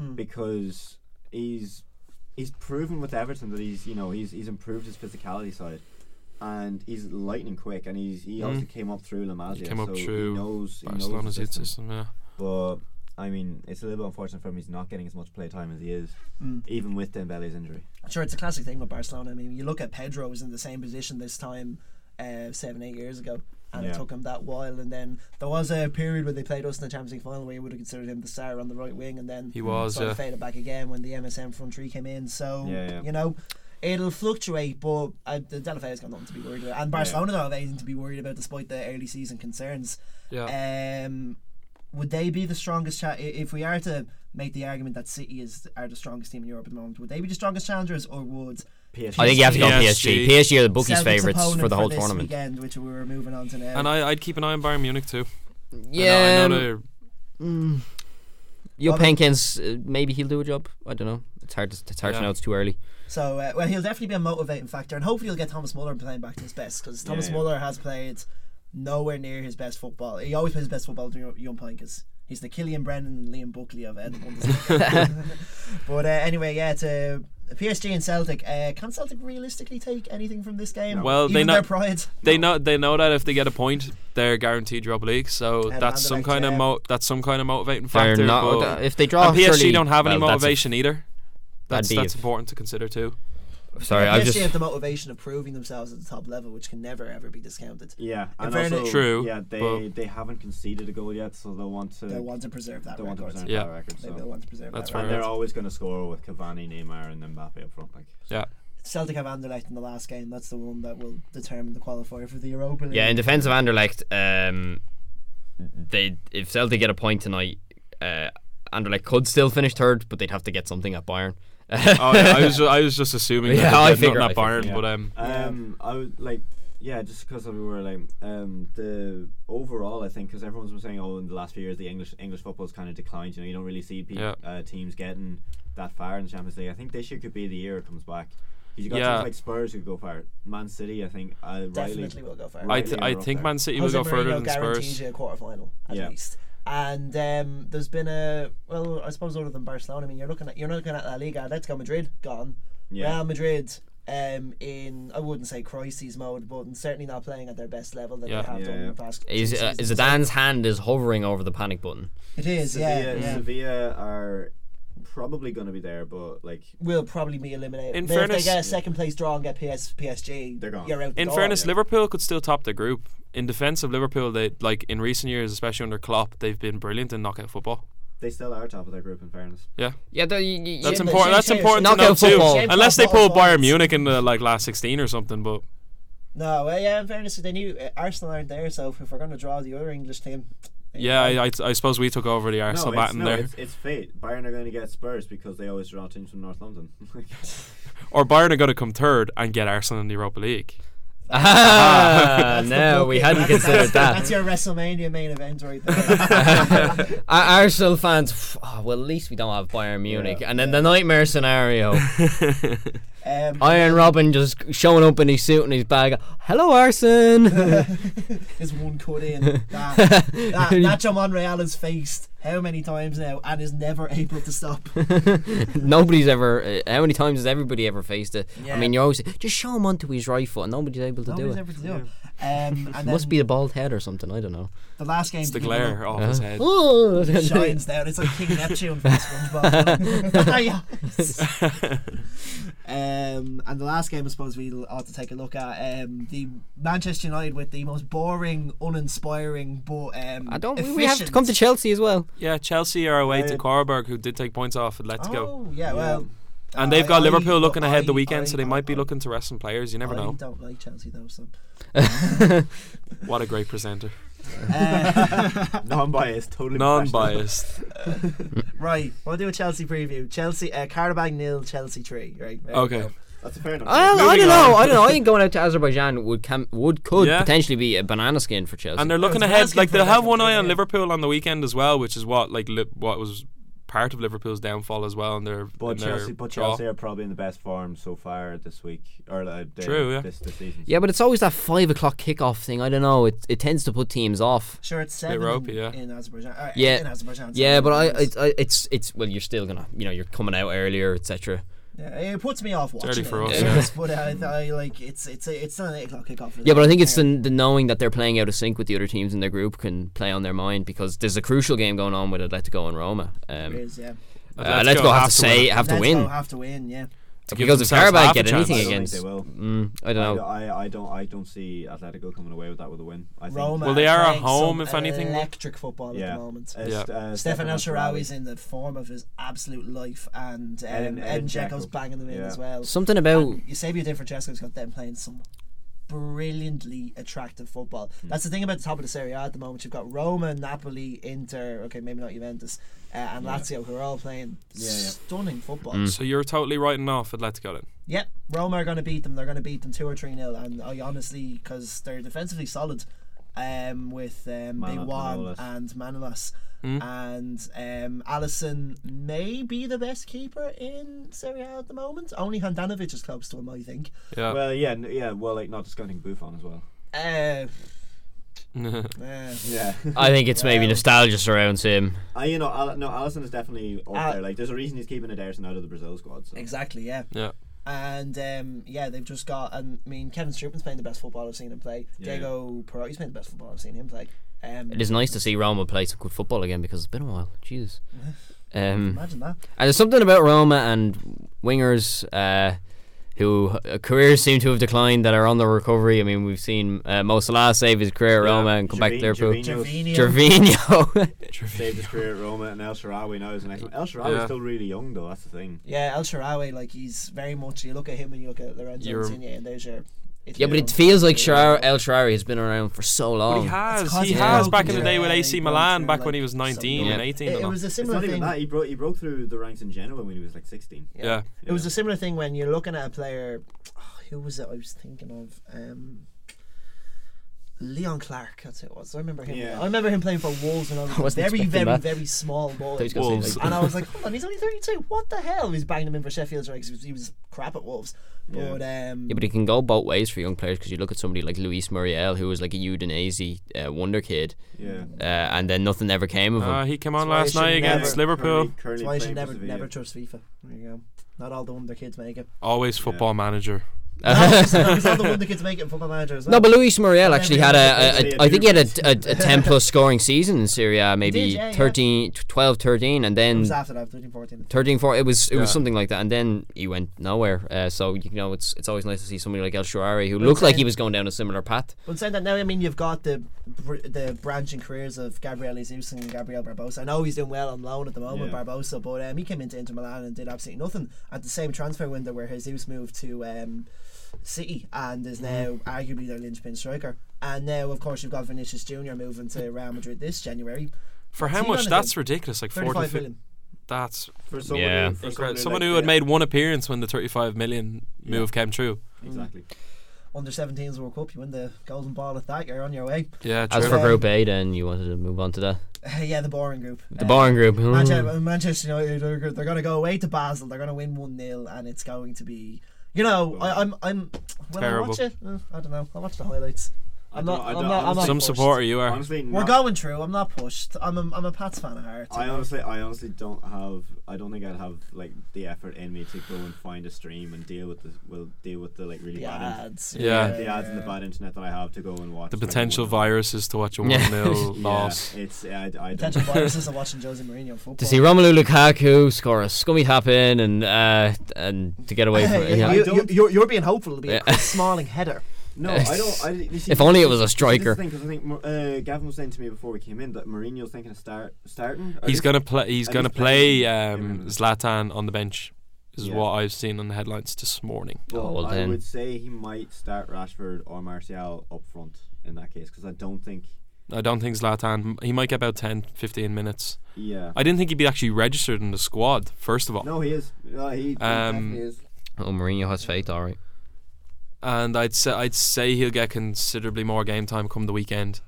S5: Mm.
S23: because he's he's proven with Everton that he's you know he's he's improved his physicality side. And he's lightning quick, and he's he
S22: Mm.
S23: also came up through La Masia,
S22: He came up
S23: so
S22: through
S23: he knows he knows the
S22: Barcelona's youth system, yeah.
S23: But I mean, it's a little bit unfortunate for him. He's not getting as much play time as he is,
S5: Mm.
S23: even with Dembele's injury.
S5: Sure, it's a classic thing with Barcelona. I mean, you look at Pedro was in the same position this time uh, seven, eight years ago, and it
S23: Yeah.
S5: took him that while. And then there was a period where they played us in the Champions League final where you would have considered him the star on the right wing, and then
S22: He was,
S5: sort
S22: yeah.
S5: of faded back again when the MSM front three came in. So
S22: Yeah, yeah.
S5: you know. It'll fluctuate, but uh, the Delafay's got nothing to be worried about, and Barcelona don't have anything to be worried about, despite the early season concerns. Yeah. Um, would they be the strongest? Cha- i- if we are to make the argument that City is are the strongest team in Europe at the moment, would they be the strongest challengers, or would?
S23: PSG.
S7: I think you have to go PSG. PSG are the bookies'
S5: Celtic's
S7: favourites for
S5: opponent
S7: the whole
S5: this
S7: tournament.
S5: Weekend, which we were moving on to now.
S22: And I, I'd keep an eye on Bayern Munich too. I know-
S7: Yeah,
S22: I know, they're-
S7: um, Your Pankins, uh, maybe he'll do a job. I don't know. It's hard. To, it's hard
S22: Yeah.
S7: to know. It's too early.
S5: So uh, well, he'll definitely be a motivating factor, and hopefully he'll get Thomas Muller playing back to his best because Thomas
S7: Yeah.
S5: Muller has played nowhere near his best football. He always plays his best football during young playing because he's the Killian Brennan and Liam Buckley of uh, the Bundesliga. but uh, anyway, yeah, to PSG and Celtic. Uh, can Celtic realistically take anything from this game?
S22: Well,
S5: Even
S22: they know
S5: their pride.
S22: They know they know that if they get a point, they're guaranteed Europa League. So
S5: And
S22: that's some
S5: Anderlecht,
S22: kind of
S5: yeah.
S22: mo- that's some kind of motivating
S7: They're
S22: factor.
S7: not- uh,
S22: but
S7: if they draw,
S22: and PSG
S7: surely-
S22: don't have any
S7: well, that's a-
S22: motivation either. That's
S7: be
S22: that's
S7: if-
S22: important to consider too.
S7: Sorry,
S5: PSG
S7: I just
S5: have the motivation of proving themselves at the top level, which can never ever be discounted.
S23: Yeah,
S5: In
S23: and
S5: fairness-
S23: also,
S22: True,
S23: Yeah, they
S22: but-
S23: they haven't conceded a goal yet, so they'll want to.
S5: They want to preserve that
S23: They want to
S5: record.
S23: preserve
S5: Yeah.
S23: that record.
S5: They
S23: so.
S5: will want to preserve That's that
S23: And
S5: record.
S23: they're always going to score with Cavani, Neymar, and Mbappe up front. Like,
S22: Yeah.
S5: Celtic have Anderlecht in the last game. That's the one that will determine the qualifier for the Europa League.
S7: yeah. In defence of Anderlecht, um, they if Celtic get a point tonight, uh, Anderlecht could still finish third, but they'd have to get something at Bayern. oh
S22: yeah, I was ju- I was just assuming that
S7: Yeah,
S22: they'd
S7: I
S22: get
S7: figured
S22: nothing
S7: I
S22: at Bayern,
S7: figured.
S22: but um,
S23: Um, I would like, yeah, just because we were like, um, the overall, I think, because everyone's been saying, oh, in the last few years, the English English football's kind of declined. You know, you don't really see pe-
S22: Yeah.
S23: uh, teams getting that far in the Champions League. I think this year could be the year it comes back. 'Cause You got
S22: Yeah.
S23: teams like Spurs who go far. Man City, I think. Uh,
S5: Definitely
S23: Riley,
S5: will go far.
S22: I th-
S23: Riley
S22: I
S23: are up
S22: think
S23: there.
S22: Man City will
S5: Jose
S22: go further
S5: Mourinho
S22: than
S5: guarantees
S22: Spurs.
S5: you a quarter final at
S23: Yeah.
S5: least. And um, there's been a well, I suppose other than Barcelona. I mean, you're looking at you're not looking at La Liga. Atletico Madrid gone.
S23: Yeah.
S5: Real Madrid. Um, in I wouldn't say crises mode, but certainly not playing at their best level that
S7: Yeah.
S5: they have
S7: Yeah,
S5: done in the past. two
S7: Is uh,
S5: seasons.
S7: Zidane's hand is hovering over the panic button.
S5: It is, yeah,
S23: Sevilla,
S5: yeah.
S23: Sevilla are probably going to be there, but like.
S5: will probably be eliminated.
S23: In
S5: They- if
S23: fairness-
S5: they get a second place draw and get PS, PSG, they're gone. You're out the
S22: In
S5: door.
S22: fairness, Liverpool could still top the group. In defence of Liverpool, they like in recent years, especially under Klopp, they've been brilliant in knockout football.
S23: They still are top of their group, in fairness.
S22: Yeah.
S7: Yeah, though, you- you-
S22: That's
S7: you-
S22: important. That's important to
S7: Knockout
S22: know too.
S7: football.
S22: Unless they
S5: Football
S22: pull Bayern Munich in the like last sixteen or something, but
S5: No, well, yeah. In fairness, they knew uh, Arsenal aren't there, so if we're going to draw the other English team,
S22: yeah, I, I, I suppose we took over the Arsenal
S23: no, it's,
S22: baton
S23: no,
S22: there.
S23: It's, it's fate. Bayern are going to get Spurs because they always draw teams from North London.
S22: Or Bayern are going to come third and get Arsenal in the Europa League.
S7: Ah, That's the no, we booking. hadn't
S5: that's,
S7: considered
S5: that's,
S7: that.
S5: That's your WrestleMania main event right
S7: Ar-
S5: there.
S7: Arsenal fans, pff, oh, well, at least we don't have Bayern Munich. and then the nightmare scenario
S5: Um,
S7: Iron Robin just showing up in his suit and his bag. Hello, Arsene.
S5: There's one cut in. That, that, Nacho Monreal has faced how many times now and is never able to stop.
S7: Nobody's ever. Uh, how many times has everybody ever faced it?
S5: Yeah.
S7: I mean, you always just show him onto his right foot, and nobody's able to
S5: Nobody's
S7: do it.
S5: able to do it. Um, and
S7: Must
S5: then
S7: be the bald head or something. I don't know.
S5: the last game.
S22: It's the
S5: to give it
S22: glare
S5: up.
S22: off his head.
S7: Oh.
S5: shines down. It's like King Neptune from SpongeBob. um, and the last game, I suppose we ought to take a look at um, the Manchester United with the most boring, uninspiring, but um,
S7: I don't. We,
S5: Efficient.
S7: we have to come to Chelsea as well.
S22: Yeah, Chelsea are away to Quarberg, who did take points off Atletico.
S5: Oh yeah, well,
S22: And
S5: Uh,
S22: they've got
S5: I-
S22: Liverpool looking ahead the
S5: I-
S22: weekend, so
S5: I-
S22: they might be looking to rest some players. You never
S5: I
S22: know.
S5: don't like Chelsea though, so.
S22: What a great presenter.
S5: Uh,
S23: Non-biased, totally
S22: non-biased.
S5: right, we'll do a Chelsea preview. Chelsea, uh, Carabag nil, Chelsea three. Right. there we
S22: Okay.
S5: go.
S23: That's a fair enough.
S7: I, I don't know. I don't know. I think going out to Azerbaijan would come would could
S22: Yeah.
S7: potentially be a banana skin for Chelsea.
S22: And they're looking ahead. Like they'll have one eye on Liverpool on the weekend as well, which is what like li- what was part of Liverpool's downfall as well. And their
S23: But
S22: in their
S23: Chelsea, but
S22: draw.
S23: Chelsea are probably in the best form so far this week, or uh, they-
S22: True, yeah.
S23: this, this season.
S7: Yeah, but it's always that five o'clock kickoff thing. I don't know. It it tends to put teams off.
S5: Sure, it's
S22: Bit
S5: seven
S22: ropey,
S5: in,
S22: yeah.
S5: in Azerbaijan. Uh,
S7: yeah,
S5: in Azerbaijan.
S7: yeah,
S5: sorry.
S7: but I, I, I it's it's well, you're still gonna you know you're coming out earlier, etc.
S5: Yeah, it puts me off
S22: It's
S5: watching.
S22: early for
S5: it,
S22: us,
S5: it
S22: yeah.
S5: does, but I, I like it's it's a, it's not an eight o'clock kickoff.
S7: Yeah, but I think it's the, the knowing that they're playing out of sync with the other teams in their group can play on their mind because there's a crucial game going on with Atletico and Roma. Um,
S5: There is, yeah.
S7: uh, Atletico have to say have to
S5: Let's
S7: win.
S5: go, Have to win, yeah.
S7: To give Because if themselves Karabakh half a get anything chance.
S23: I don't
S7: against-
S23: think they will.
S7: Mm, I don't know.
S23: I, I, I don't. I don't see Atletico coming away with that with a win. I think.
S5: Roma
S22: Well, they are at
S5: playing
S22: home,
S5: some
S22: if anything.
S5: Electric football
S23: Yeah.
S5: at the moment.
S23: Uh, Yeah. s-
S5: Stefan
S23: uh, Stefan
S5: El
S23: El-Shaarawy.
S5: Shaarawy's in the form of his absolute life, and um, Edin
S23: And- and
S5: Dzeko's
S23: Dzeko.
S5: banging them in
S23: Yeah.
S5: as well.
S7: Something about-
S5: And Eusebio Di Francesco's got them playing some brilliantly attractive football.
S23: Hmm.
S5: That's the thing about the top of the Serie A at the moment. You've got Roma, Napoli, Inter. Okay, maybe not Juventus. Uh, and
S23: Yeah.
S5: Lazio, who are all playing
S23: Yeah, yeah.
S5: stunning football.
S7: Hmm.
S22: So you're totally writing off Atletico then.
S5: Yep, Roma are going to beat them. They're going to beat them two or three nil. And I honestly, because they're defensively solid, um, with um, Big
S23: Manol-
S5: Wan
S23: Manolas.
S5: and Manolas,
S23: Mm.
S5: and um, Allison may be the best keeper in Serie A at the moment. Only Handanovic is close to him, I think.
S22: Yeah.
S23: Well, yeah, n- yeah. Well, like not discounting Buffon as well.
S5: Uh,
S23: Yeah.
S7: I think it's maybe nostalgia surrounds him.
S23: I, Uh, you know, Al- no, Allison is definitely up
S5: Al-
S23: there. Like, there's a reason he's keeping Ederson out of the Brazil squad. So.
S5: Exactly, yeah.
S22: Yeah.
S5: And um, yeah, they've just got. And I mean, Kevin Strootman's playing the best football I've seen him play.
S23: Yeah.
S5: Diego Perotta's playing the best football I've seen him play. Um,
S7: It is nice to see Roma play some good football again because it's been a while. Jeez. Um,
S5: Imagine that.
S7: And there's something about Roma and wingers uh, who uh, careers seem to have declined that are on the recovery. I mean, we've seen uh, Mo Salah save his career at Roma and come back to Liverpool.
S23: Gervinho.
S7: Gervinho.
S23: Saved his career at Roma and El Shaarawy now is the next one. El Shaarawy's
S22: Yeah.
S23: still really young though. That's the thing.
S5: Yeah, El Shaarawy, like he's very much. You look at him and you look at Lorenzo
S23: You're-
S5: Insigne, and there's your.
S7: yeah, but it feels like Sharar, El Sharari has been around for so long.
S22: But he has.
S5: cause
S22: He
S5: he's
S22: has
S5: broken
S22: back in the day
S5: through,
S22: with AC
S5: like, broke
S22: Milan
S5: through,
S22: back when
S5: like,
S22: he was 19
S7: Yeah.
S22: and 18.
S5: It-
S22: and
S5: it
S22: all.
S5: was a
S23: It's
S5: similar
S23: not even
S5: thing.
S23: that. He broke. He broke through the ranks in Genoa when he was like 16.
S22: Yeah.
S5: It was a similar thing when you're looking at a player. oh, who was it I was thinking of? Um, Leon Clark, that's who it was. I remember him.
S23: Yeah.
S5: I remember him playing for Wolves when I
S7: I
S5: was a
S7: wasn't
S5: very,
S7: expecting
S5: very,
S7: that.
S5: very small boy.
S7: Thought he was gonna say, Wolves. like-
S5: and I was like, hold on, he's only 32. What the hell? He's banging him in for Sheffield right? 'cause he was- he was crap at Wolves. But um,
S7: Yeah, but it can go both ways for young players because you look at somebody like Luis Muriel, who was like a Udinese uh, wonder kid,
S23: Yeah.
S7: uh, and then nothing ever came of him.
S22: Uh, he came
S5: That's
S22: on
S5: why
S22: last
S5: I should
S22: night against
S5: never-
S22: Liverpool.
S5: that's why you should never, never trust FIFA. There you go. Not all the wonder kids make it.
S22: Always football manager.
S5: He's not the one that gets make it in Football Manager as well.
S7: No, but Luis Muriel actually had
S5: Everybody
S7: a, a, a I think he had a, a, a 10 plus scoring season in Syria, maybe
S5: yeah, yeah.
S7: 13, 12, 13, and
S5: It
S7: then
S5: was after that, 13, 14.
S7: 13, 4, it was it was
S22: Yeah.
S7: something like that, and then he went nowhere. Uh, so you know, it's it's always nice to see somebody like El Shirari who
S5: But uh,
S7: looked like
S5: then-
S7: he was going down a similar path.
S5: But saying that now, I mean, you've got the br- the branching careers of Gabriel Jesus and Gabriel Barbosa. I know he's doing well on loan at the moment,
S23: Yeah.
S5: Barbosa, but um, he came into Inter Milan and did absolutely nothing at the same transfer window where Jesus moved to um, City and is now
S7: Mm.
S5: arguably their linchpin striker. And now, of course, you've got Vinicius Junior moving to Real Madrid this January.
S22: For
S5: What's
S22: how
S5: he
S22: much?
S5: gonna do?
S22: That's ridiculous. Like 40
S5: 35
S22: fi-
S5: million.
S22: That's
S23: For
S22: someone
S23: someone
S22: yeah.
S23: who- for someone who,
S22: someone
S23: like,
S22: who had
S23: yeah.
S22: made one appearance when the 35 million
S23: Yeah.
S22: move came true.
S23: Exactly.
S5: Under 17s World Cup, you win the golden ball at that, you're on your way.
S22: Yeah,
S7: As
S22: true.
S7: for
S5: Um,
S7: Group A, then you wanted to move on to that.
S5: yeah, the boring group.
S7: The boring group.
S5: Manchester, Manchester United, they're, they're going to go away to Basel. They're going to win 1 0, and it's going to be. You know, I, I'm. I'm will I watch it?
S22: Terrible.
S5: Uh, I don't know. I'll watch the highlights.
S23: I
S5: I'm
S23: don't-
S5: not,
S23: I
S5: I'm
S23: don't-
S5: not, I'm not
S23: honestly-
S22: Some
S5: pushed.
S22: supporter you are.
S23: Honestly,
S5: We're
S23: not-
S5: going through. I'm not pushed. I'm a, I'm a Pats fan at heart.
S23: I honestly, I honestly don't have. I don't think I'd have like the effort in me to go and find a stream and deal with the well, deal with the like really
S5: The
S23: bad in-
S5: ads.
S22: Yeah.
S23: the ads and the bad internet that I have to go and watch.
S22: The
S23: like,
S22: potential
S23: one-
S22: viruses to watch a 1 0 loss.
S23: Yeah, it's I, I don't.
S5: Potential biases of watching Jose Mourinho football.
S7: To see Romelu Lukaku score a scummy tap in and uh, and to get away from it. yeah.
S5: you, you, you're, you're being hopeful. It'll be
S7: Yeah.
S5: a Chris Smalling header.
S23: No, I don't. I, you see,
S7: If only it was a
S23: this is the
S7: striker.
S23: thing, 'cause I think uh, Gavin was saying to me before we came in that Mourinho's thinking of start starting. or
S22: He's
S23: just-
S22: gonna play. He's
S23: at
S22: gonna
S23: least playing.
S22: play um, Zlatan on the bench. is
S23: Yeah.
S22: what I've seen on the headlines this morning.
S23: Well, I would say he might start Rashford or Martial up front in that case because I don't think
S22: I don't think Zlatan. He might get about 10, 15 minutes.
S23: Yeah.
S22: I didn't think he'd be actually registered in the squad. First of all.
S23: No, he is. No, he,
S22: Um,
S23: he definitely is.
S7: Oh, Mourinho has faith, all right.
S22: and I'd say I'd say he'll get considerably more game time come the weekend.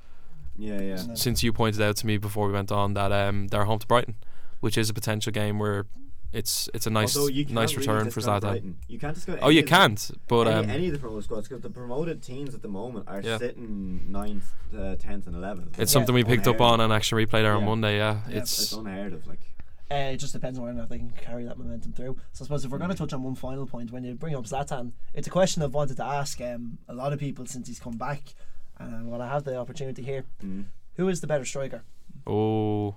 S23: Yeah, yeah.
S22: S- Since you pointed out to me before we went on that um, they're home to Brighton, which is a potential game where it's it's a nice
S23: Although you can't
S22: nice
S23: really
S22: return for
S23: discount
S22: Zlatan.
S23: Brighton. You can't discount
S22: Oh,
S23: any
S22: you
S23: of the-
S22: can't. But
S23: any,
S22: um,
S23: any of the promo squads because the promoted teams at the moment are
S22: Yeah.
S23: sitting ninth, uh, tenth, and eleventh.
S22: it's something we picked up on uh, an action replay there on
S23: Yeah.
S22: Monday. Yeah,
S23: Yeah,
S22: it's,
S23: it's unheard of. Like
S5: Uh, it just depends on whether or not they can carry that momentum through. So I suppose if we're going to touch on one final point, when you bring up Zlatan, it's a question I've wanted to ask um, a lot of people since he's come back, and when I have the opportunity here,
S23: Mm.
S5: who is the better striker?
S22: oh.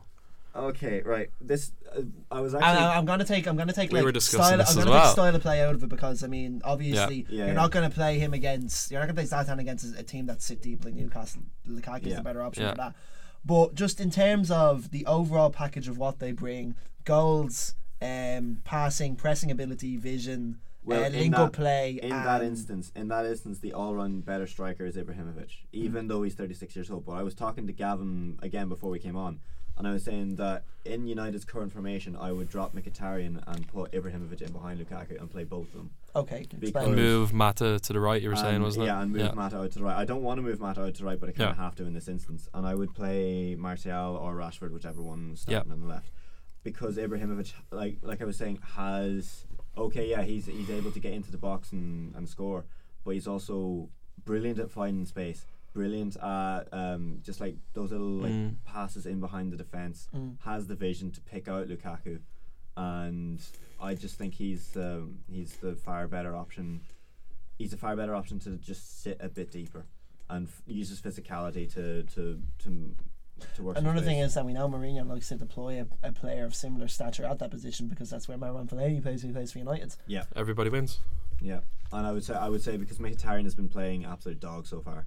S23: Okay, right. This uh, I was
S5: And
S23: actually.
S5: I, am going to take I'm going to take
S23: We
S5: like
S23: were discussing
S5: style,
S23: this
S5: I'm
S23: as
S5: gonna
S23: well.
S5: take style of play out of it because I mean obviously
S23: Yeah,
S5: you're
S23: yeah.
S5: not going to play him against you're not going to play Zlatan against a team that sit deep like Newcastle. Lukaku is
S23: Yeah.
S5: the better option
S23: Yeah.
S5: for that. But just in terms of the overall package of what they bring, goals, um, passing, pressing ability, vision,
S23: Well,
S5: uh,
S23: in
S5: link
S23: that-
S5: up play,
S23: in
S5: and
S23: that instance, in that instance, the all-round better striker is Ibrahimovic,
S5: Mm.
S23: even though he's 36 years old. But I was talking to Gavin again before we came on, and I was saying that in United's current formation, I would drop Mkhitaryan and put Ibrahimovic in behind Lukaku and play both of them.
S5: Okay, explain.
S23: Because-
S22: move Mata to the right. You were saying,
S23: and-
S22: wasn't it?
S23: Um, Yeah, and move Mata out to the right. I don't want to move Mata out to the right, but I kind
S22: Yeah.
S23: of have to in this instance. And I would play Martial or Rashford, whichever one was starting on the left, because Ibrahimovic, like like I was saying, has okay, yeah, he's he's able to get into the box and, and score, but he's also brilliant at finding space. Brilliant at um, just like those little like
S22: Mm.
S23: passes in behind the defense.
S5: Mm.
S23: Has the vision to pick out Lukaku, and I just think he's um, he's the far better option he's a far better option to just sit a bit deeper and f- use his physicality to to to, to work.
S5: Another thing is that we know Mourinho likes to deploy a, a player of similar stature at that position because that's where Marwan Fellaini plays. Who plays for United?
S23: yeah,
S22: everybody wins.
S23: Yeah, and I would say I would say because Mkhitaryan has been playing absolute dog so far.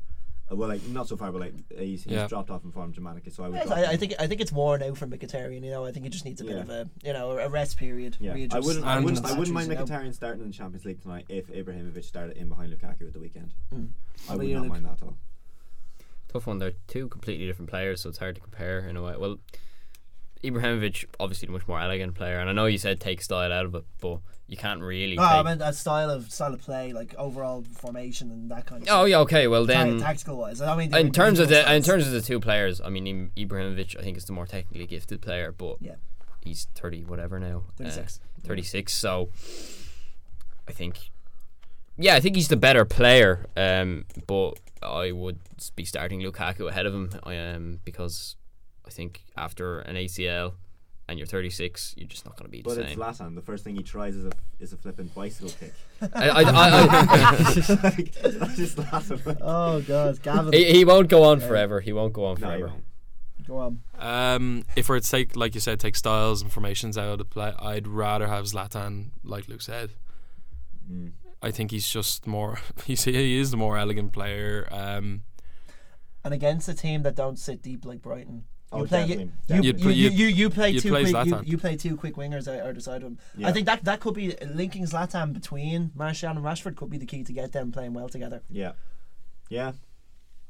S23: Uh, Well, like not so far, but like he's, he's
S22: Yeah.
S23: dropped off in form dramatically. So I would.
S5: Yes,
S23: drop
S5: I, I
S23: him.
S5: think I think it's worn out from Mkhitaryan. You know, I think it just needs a bit
S23: Yeah.
S5: of a you know a rest period.
S23: Yeah, I
S5: readjust
S23: wouldn't. I
S5: and
S23: wouldn't. I wouldn't mind
S5: batteries, you know.
S23: Mkhitaryan starting in the Champions League tonight if Ibrahimovic started in behind Lukaku at the weekend.
S5: Mm.
S23: I would
S7: What about you,
S23: not
S7: Luke?
S23: mind that at all.
S7: Tough one. They're two completely different players, so it's hard to compare in a way. Well, Ibrahimovic, obviously, the much more elegant player, and I know you said take style out of it, but you can't really.
S5: No, Ah, I
S7: take-
S5: meant that style of style of play, like overall formation and that kind of.
S7: Oh
S5: stuff.
S7: yeah, okay. Well
S5: Ta-
S7: then,
S5: tactical wise, I don't mean the
S7: in terms of
S5: individual
S7: the in
S5: styles.
S7: terms of the two players, I mean Im- Ibrahimovic, I think is the more technically gifted player, but
S5: Yeah.
S7: he's thirty whatever now, uh,
S5: 36.
S7: thirty six. So I think, yeah, I think he's the better player. Um, but I would s- be starting Lukaku ahead of him. Um, because I think after an ACL and you're thirty six, you're just not going to be the
S23: But
S7: same.
S23: it's Latan. The first thing he tries is a is a flipping bicycle kick.
S7: I- I- I- I-
S23: Like, that's just Latan.
S5: Oh God, Gavin.
S7: he, he won't go on forever. He won't go on
S23: No, he
S7: forever.
S23: won't.
S5: Go on.
S22: Um, if we were to take, like you said, take styles and formations out of the play, I'd rather have Zlatan, like Luke said.
S23: Mm.
S22: I think he's just more. He's he is the more elegant player. Um,
S5: and against a team that don't sit deep like Brighton. You
S23: Oh,
S5: play you,
S23: definitely,
S5: you, you,
S22: definitely.
S5: you,
S22: You'd-
S5: you, you play
S22: you'd
S5: two
S22: play
S5: quick you,
S22: Zlatan.
S5: you play two quick wingers out either side of him. I
S23: Yeah.
S5: think that that could be linking Zlatan between Martial and Rashford could be the key to get them playing well together.
S23: Yeah. Yeah.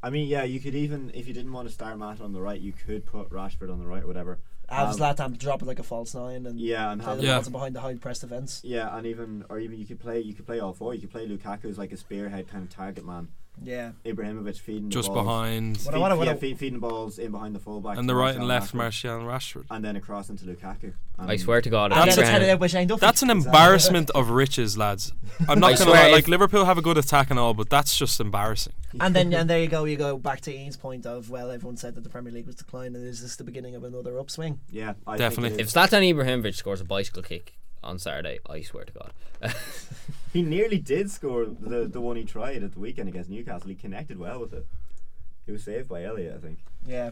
S23: I mean, yeah, you could even, if you didn't want to start Mata on the right, you could put Rashford on the right, whatever.
S5: Have
S23: Um,
S5: Zlatan drop it like a false nine and
S23: Yeah, and
S5: play
S23: have-
S5: the
S23: Yeah.
S5: balls behind the high press defense.
S23: Yeah, and even, or even you could play, you could play all four. You could play Lukaku as like a spearhead kind of target man.
S5: Yeah.
S23: Ibrahimovic feeding
S22: Just
S23: the balls.
S22: behind- What I
S23: Feed-
S22: wanna- what
S23: yeah,
S22: I-
S23: feed- feeding balls in behind the fullback.
S22: And the
S23: to
S22: right and
S23: Martial
S22: left,
S23: Rashford.
S22: Martial and Rashford.
S23: And then across into Lukaku.
S7: I swear to God, if
S22: That's,
S7: That's- Abraham-
S5: headed out by Shane Duffy.
S22: that's an
S5: Exactly.
S22: embarrassment of riches, lads. I'm
S7: I
S22: not gonna
S7: swear
S22: lie.
S7: if-
S22: Like Liverpool have a good attack and all, but that's just embarrassing.
S5: and then and there you go, you go back to Ian's point of well, everyone said that the Premier League was declining. Is this the beginning of another upswing?
S23: Yeah, I
S7: If Zlatan Ibrahimovic scores a bicycle kick on Saturday, I swear to God.
S23: He nearly did score the, the one he tried at the weekend against Newcastle. He connected well with it. He was saved by Elliot, I think.
S5: Yeah,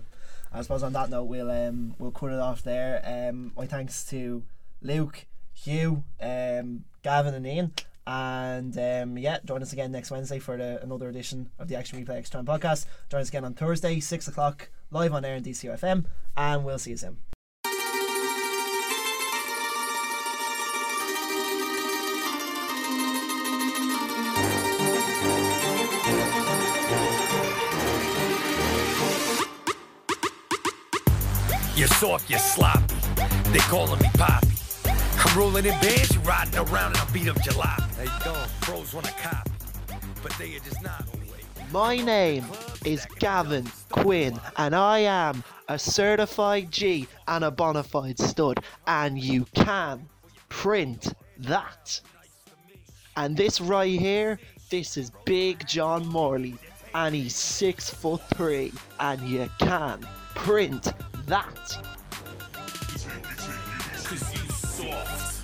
S5: I suppose on that note we'll um we'll cut it off there. Um, my thanks to Luke, Hugh, um, Gavin, and Ian, and um yeah, join us again next Wednesday for the, another edition of the Action Replay Extra Time podcast. Join us again on Thursday, six o'clock, live on air on DCFM, and we'll see you soon.
S2: You're soft, you're sloppy. They calling me Poppy. I'm rolling in bands, you riding around, and I'll beat up jalopy. There you go. Pros want to copy, but they are just not.
S5: My name is Gavin Quinn, and I am a certified G and a bona fide stud, and you can print that. And this right here, this is Big John Morley, and he's six foot three, and you can print that.
S2: Cause you soft.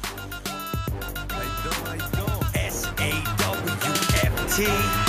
S2: S A W F T.